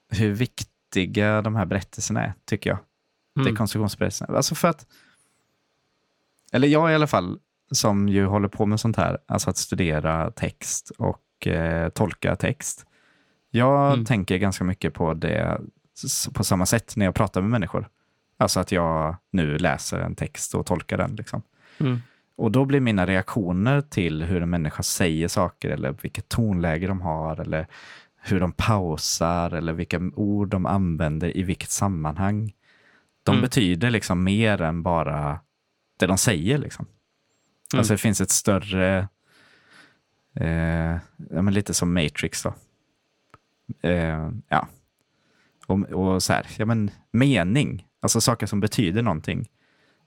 S1: hur viktiga de här berättelserna är, tycker jag.
S2: Mm.
S1: Rekonstruktionsberättelserna. Alltså för att, eller jag i alla fall, som ju håller på med sånt här, alltså att studera text och eh, tolka text. Jag
S2: Mm.
S1: tänker ganska mycket på det s- på samma sätt när jag pratar med människor. Alltså att jag nu läser en text och tolkar den. Liksom.
S2: Mm.
S1: Och då blir mina reaktioner till hur en människa säger saker eller vilket tonläge de har eller hur de pausar eller vilka ord de använder i vilket sammanhang. De
S2: Mm.
S1: betyder liksom mer än bara det de säger. Liksom.
S2: Mm.
S1: Alltså det finns ett större, eh, ja, men lite som Matrix då. Eh, ja. Och, och så här, ja men mening, alltså saker som betyder någonting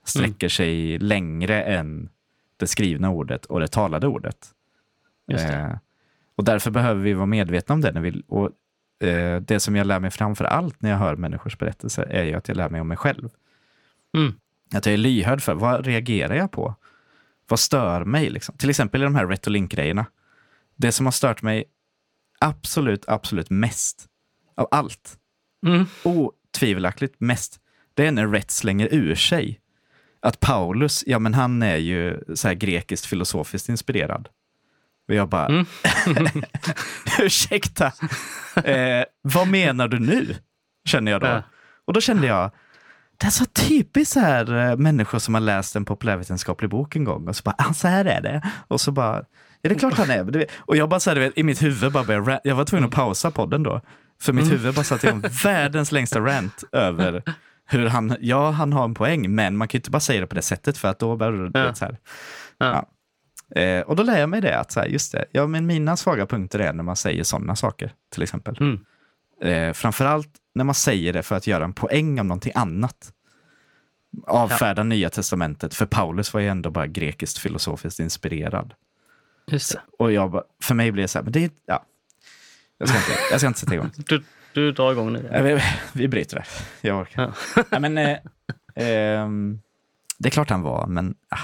S2: Mm.
S1: sträcker sig längre än det skrivna ordet och det talade ordet.
S2: Just det.
S1: Eh, och därför behöver vi vara medvetna om det. När vi, och, eh, det som jag lär mig framför allt när jag hör människors berättelser är ju att jag lär mig om mig själv.
S2: Mm.
S1: Att jag är lyhörd för vad reagerar jag på? Vad stör mig? Liksom? Till exempel i de här Retolink-grejerna. Det som har stört mig absolut, absolut mest av allt
S2: Mm.
S1: otvivelaktigt mest, det är när Rett slänger ur sig att Paulus, ja men han är ju så här grekiskt filosofiskt inspirerad. Och jag bara,
S2: Mm.
S1: ursäkta, eh, vad menar du nu? Känner jag då.
S2: Ja.
S1: Och då kände jag, det är så typiskt så här eh, människor som har läst en populärvetenskaplig bok en gång och så bara, ah, så här är det. Och så bara, ja det är klart han är. Du vet. Och jag bara så här, du vet, i mitt huvud bara började, ra- jag var tvungen att pausa podden då. För mitt
S2: Mm.
S1: huvud bara satt igång världens längsta rant över hur han, ja han har en poäng, men man kan ju inte bara säga det på det sättet för att då börjar det du
S2: Ja.
S1: vet, så här.
S2: Ja.
S1: Eh, och då lär jag mig det, att så här, just det, ja men mina svaga punkter är när man säger sådana saker till exempel.
S2: Mm.
S1: Eh, framförallt när man säger det för att göra en poäng om någonting annat. Avfärda Nya Testamentet, för Paulus var ju ändå bara grekiskt filosofiskt inspirerad.
S2: Just det.
S1: Och jag bara, för mig blir det så här, men det är, ja. Jag ska inte, jag ska inte sätta igång.
S2: Du, du drar igång nu.
S1: Nej, Vi, vi bryter det. Jag orkar ja. men, eh, ehm, Det är klart han var, men... Ah,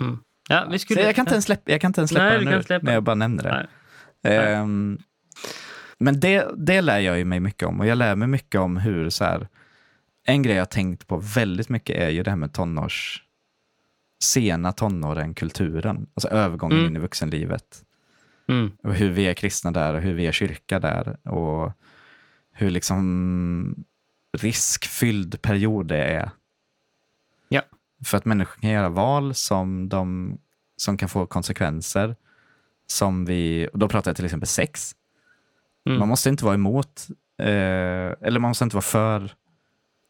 S2: Mm. Ja, vi
S1: så
S2: skulle...
S1: jag, kan inte ens släppa, jag kan inte ens släppa
S2: Nej,
S1: det
S2: du kan
S1: nu,
S2: inte släppa
S1: när jag
S2: det.
S1: bara nämner det.
S2: Nej.
S1: Ehm, men det, det lär jag ju mig mycket om. Och jag lär mig mycket om hur så här, en grej jag har tänkt på väldigt mycket är ju det här med tonårs, sena tonåren, kulturen. Alltså övergången
S2: Mm.
S1: in i vuxenlivet.
S2: Mm.
S1: Och hur vi är kristna där och hur vi är kyrka där. Och hur liksom riskfylld period det är.
S2: Ja.
S1: För att människor kan göra val som, de, som kan få konsekvenser. Som vi, och då pratar jag till exempel sex.
S2: Mm.
S1: Man måste inte vara emot, eh, eller man måste inte vara för,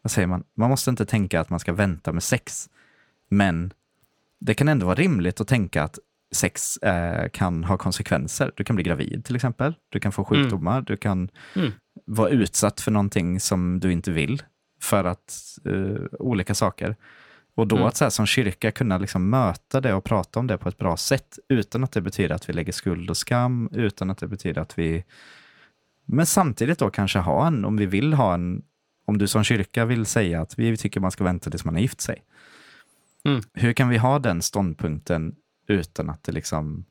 S1: vad säger man? Man måste inte tänka att man ska vänta med sex. Men det kan ändå vara rimligt att tänka att sex eh, kan ha konsekvenser. Du kan bli gravid till exempel. Du kan få sjukdomar. Du kan
S2: Mm.
S1: vara utsatt för någonting som du inte vill. För att eh, olika saker. Och då
S2: Mm.
S1: att så här, som kyrka kunna liksom möta det och prata om det på ett bra sätt utan att det betyder att vi lägger skuld och skam, utan att det betyder att vi... Men samtidigt då kanske ha en, om vi vill ha en, om du som kyrka vill säga att vi tycker man ska vänta tills man har gift sig.
S2: Mm.
S1: Hur kan vi ha den ståndpunkten utan att det liksom...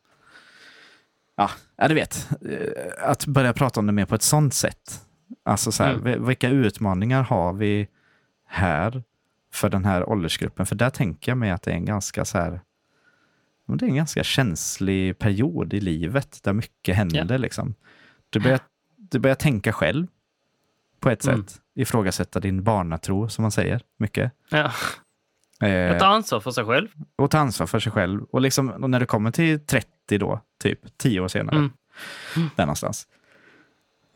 S1: Ja, ja, du vet. Eh, Att börja prata om det mer på ett sånt sätt. Alltså så här,
S2: Mm.
S1: vi- vilka utmaningar har vi här för den här åldersgruppen? För där tänker jag mig att det är en ganska så här... ja, men Det är en ganska känslig period i livet där mycket händer. Liksom. Du, börjar, du börjar tänka själv på ett
S2: Mm.
S1: sätt. Ifrågasätta din barnatro, som man säger, mycket.
S2: Ja.
S1: Eh,
S2: Att ta ansvar för sig själv.
S1: och ta ansvar för sig själv. Och, liksom, och när du kommer till 30 då, typ 10 år senare,
S2: Mm.
S1: där någonstans.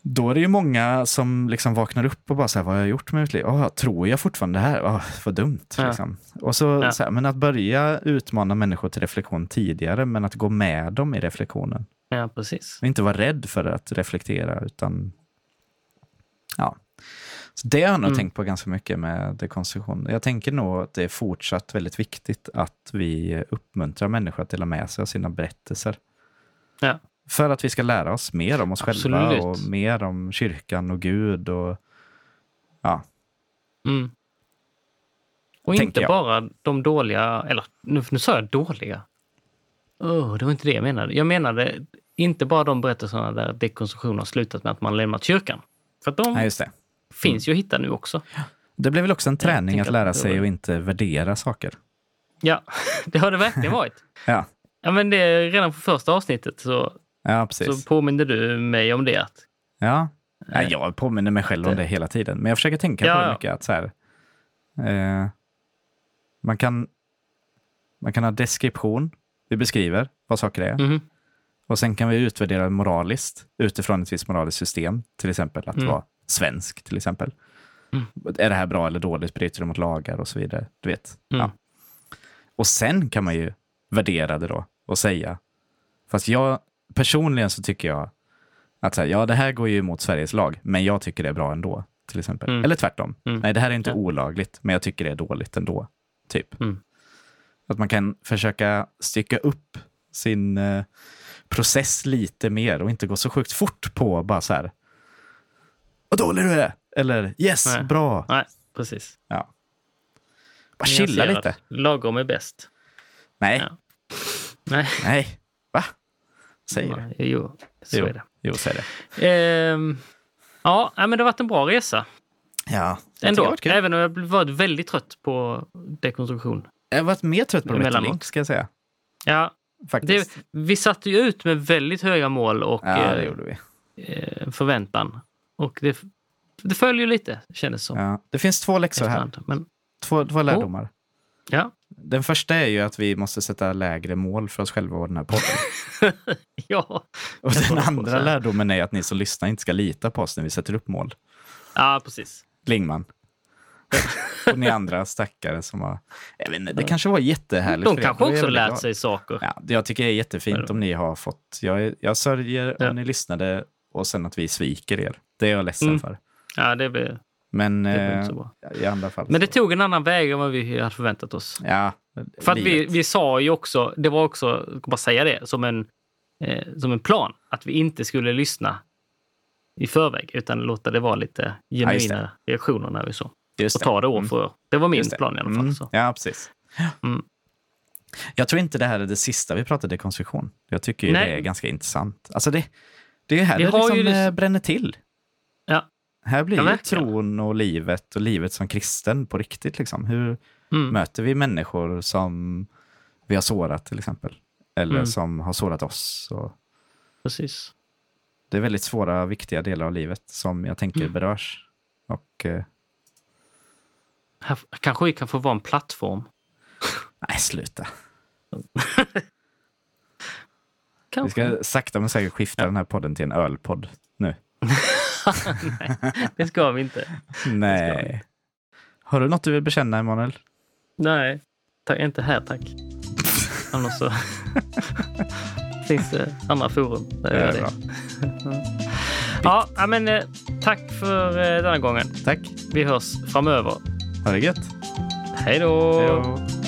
S1: Då är det ju många som liksom vaknar upp och bara så här, vad har jag gjort med mitt liv? Oh, tror jag fortfarande det här? Oh, vad dumt.
S2: Ja.
S1: Liksom. Och så,
S2: Ja.
S1: så här, men att börja utmana människor till reflektion tidigare, men att gå med dem i reflektionen.
S2: Ja, precis.
S1: Och inte vara rädd för att reflektera, utan... Ja. Så det har jag nog
S2: Mm.
S1: tänkt på ganska mycket med dekonstruktion. Jag tänker nog att det är fortsatt väldigt viktigt att vi uppmuntrar människor att dela med sig av sina berättelser.
S2: Ja.
S1: För att vi ska lära oss mer om oss själva
S2: Absolut.
S1: och mer om kyrkan och Gud. Och, ja,
S2: Mm. Och
S1: Tänker
S2: inte
S1: jag.
S2: bara de dåliga, eller nu, nu sa jag dåliga. Oh, det var inte det jag menade. Jag menade inte bara de berättelserna där dekonstruktion har slutat med att man lämnat kyrkan. För att de
S1: nej, just det.
S2: finns ju att hitta nu också.
S1: Det blev väl också en träning
S2: tänker
S1: att
S2: att
S1: lära
S2: det
S1: sig
S2: var-
S1: och inte värdera saker.
S2: Ja, det har det verkligen varit.
S1: Ja,
S2: Ja, men det, redan på första avsnittet så,
S1: ja
S2: så
S1: precis.
S2: påminde du mig om det. Att,
S1: Ja. Nej, jag påminner mig själv om det hela tiden. Men jag försöker tänka
S2: Ja,
S1: på det
S2: ja.
S1: mycket. Att så här, eh, man, kan, man kan ha deskription. Vi beskriver vad saker är.
S2: Mhm.
S1: Och sen kan vi utvärdera moraliskt utifrån ett visst moraliskt system. Till exempel att
S2: Mm.
S1: vara svensk. till exempel.
S2: Mm.
S1: Är det här bra eller dåligt? Bryter det mot lagar och så vidare? Du vet.
S2: Mm.
S1: Ja. Och sen kan man ju värdera det då och säga. Fast jag personligen så tycker jag att så här, ja, det här går ju emot Sveriges lag, men jag tycker det är bra ändå. till exempel.
S2: Mm.
S1: Eller tvärtom.
S2: Mm.
S1: Nej, det här är inte
S2: Ja.
S1: olagligt, men jag tycker det är dåligt ändå. Typ.
S2: Mm.
S1: Att man kan försöka stycka upp sin eh, process lite mer och inte gå så sjukt fort på bara så här. Vad dålig du är! Eller yes,
S2: Nej.
S1: bra!
S2: nej, precis.
S1: Ja. Bara chilla
S2: Nyanserat.
S1: lite.
S2: Lagom är bäst.
S1: Nej,
S2: Ja. Nej,
S1: nej. Va? Säger du?
S2: jo, så
S1: Jo.
S2: är det.
S1: Jo, säg det.
S2: Ehm, ja, nej, men det har varit en bra resa.
S1: Ja. jag tycker det har
S2: Ändå,
S1: varit kul.
S2: även om jag blev- varit väldigt trött på dekonstruktion.
S1: Jag har varit mer trött på
S2: Emellanåt.
S1: Ritalin, ska jag säga.
S2: Ja,
S1: Faktiskt.
S2: det, vi satte ju ut med väldigt höga mål och
S1: Ja, det
S2: eh,
S1: gjorde vi.
S2: eh, förväntan. Och det, det följer lite, kändes som.
S1: Ja. Det finns två läxor här.
S2: efterhand. Men,
S1: Två,
S2: Oh.
S1: två lärdomar.
S2: ja.
S1: Den första är ju att vi måste sätta lägre mål för oss själva och den här podden.
S2: ja.
S1: Och
S2: Jag
S1: den
S2: håller på så
S1: andra
S2: här.
S1: lärdomen är att ni som lyssnar inte ska lita på oss när vi sätter upp mål.
S2: ja, precis.
S1: Lingman. och ni andra stackare som har... Jag vet inte, det kanske var jättehärligt.
S2: De
S1: för er.
S2: kanske
S1: Då är jag
S2: också
S1: väldigt
S2: lärt
S1: glad.
S2: sig saker.
S1: Ja, det- jag tycker det är jättefint om ni har fått... Jag, är- jag sörjer
S2: Ja.
S1: om ni lyssnade och sen att vi sviker er. Det är jag ledsen
S2: Mm.
S1: för.
S2: Ja, det blev,
S1: Men
S2: det blev
S1: eh,
S2: inte så bra.
S1: i andra fall...
S2: Men det
S1: så-
S2: tog en annan väg än vad vi hade förväntat oss.
S1: Ja,
S2: För att vi,
S1: livet.
S2: vi sa ju också, det var också, jag ska bara säga det, som en, eh, som en plan. Att vi inte skulle lyssna i förväg utan låta det vara lite
S1: Ja, just
S2: genuina reaktioner när vi så.
S1: Just
S2: Och ta det år
S1: Mm.
S2: för år. Det var min
S1: Just det.
S2: plan i alla fall.
S1: Mm.
S2: Så.
S1: Ja, precis.
S2: Mm.
S1: Jag tror inte det här är det sista vi pratade konstruktion. Jag tycker ju
S2: Nej.
S1: det är ganska intressant. Alltså det, det är här
S2: Vi
S1: det
S2: har
S1: liksom
S2: ju det-
S1: eh, bränner till.
S2: Ja.
S1: Här blir
S2: Ja,
S1: ju
S2: verkligen.
S1: tron och livet och livet som kristen på riktigt. Liksom. Hur
S2: Mm.
S1: möter vi människor som vi har sårat till exempel? Eller
S2: Mm.
S1: som har sårat oss? Och
S2: Precis.
S1: det är väldigt svåra, viktiga delar av livet som jag tänker
S2: Mm.
S1: berörs. Och, eh,
S2: Här f- kanske vi kan få vara en plattform.
S1: nej, sluta. Vi
S2: Kanske.
S1: ska sakta men säkert skifta den här podden till en ölpodd nu.
S2: Det ska vi inte.
S1: Nej. Har du något du vill bekänna, Emanuel?
S2: Nej, ta, inte här tack. Annars så finns det andra forum. Där jag gör
S1: bra.
S2: det. Ja, ja, men eh, tack för eh, denna gången.
S1: Tack.
S2: Vi hörs framöver.
S1: Ha det gött.
S2: Hej då!
S1: Hej då.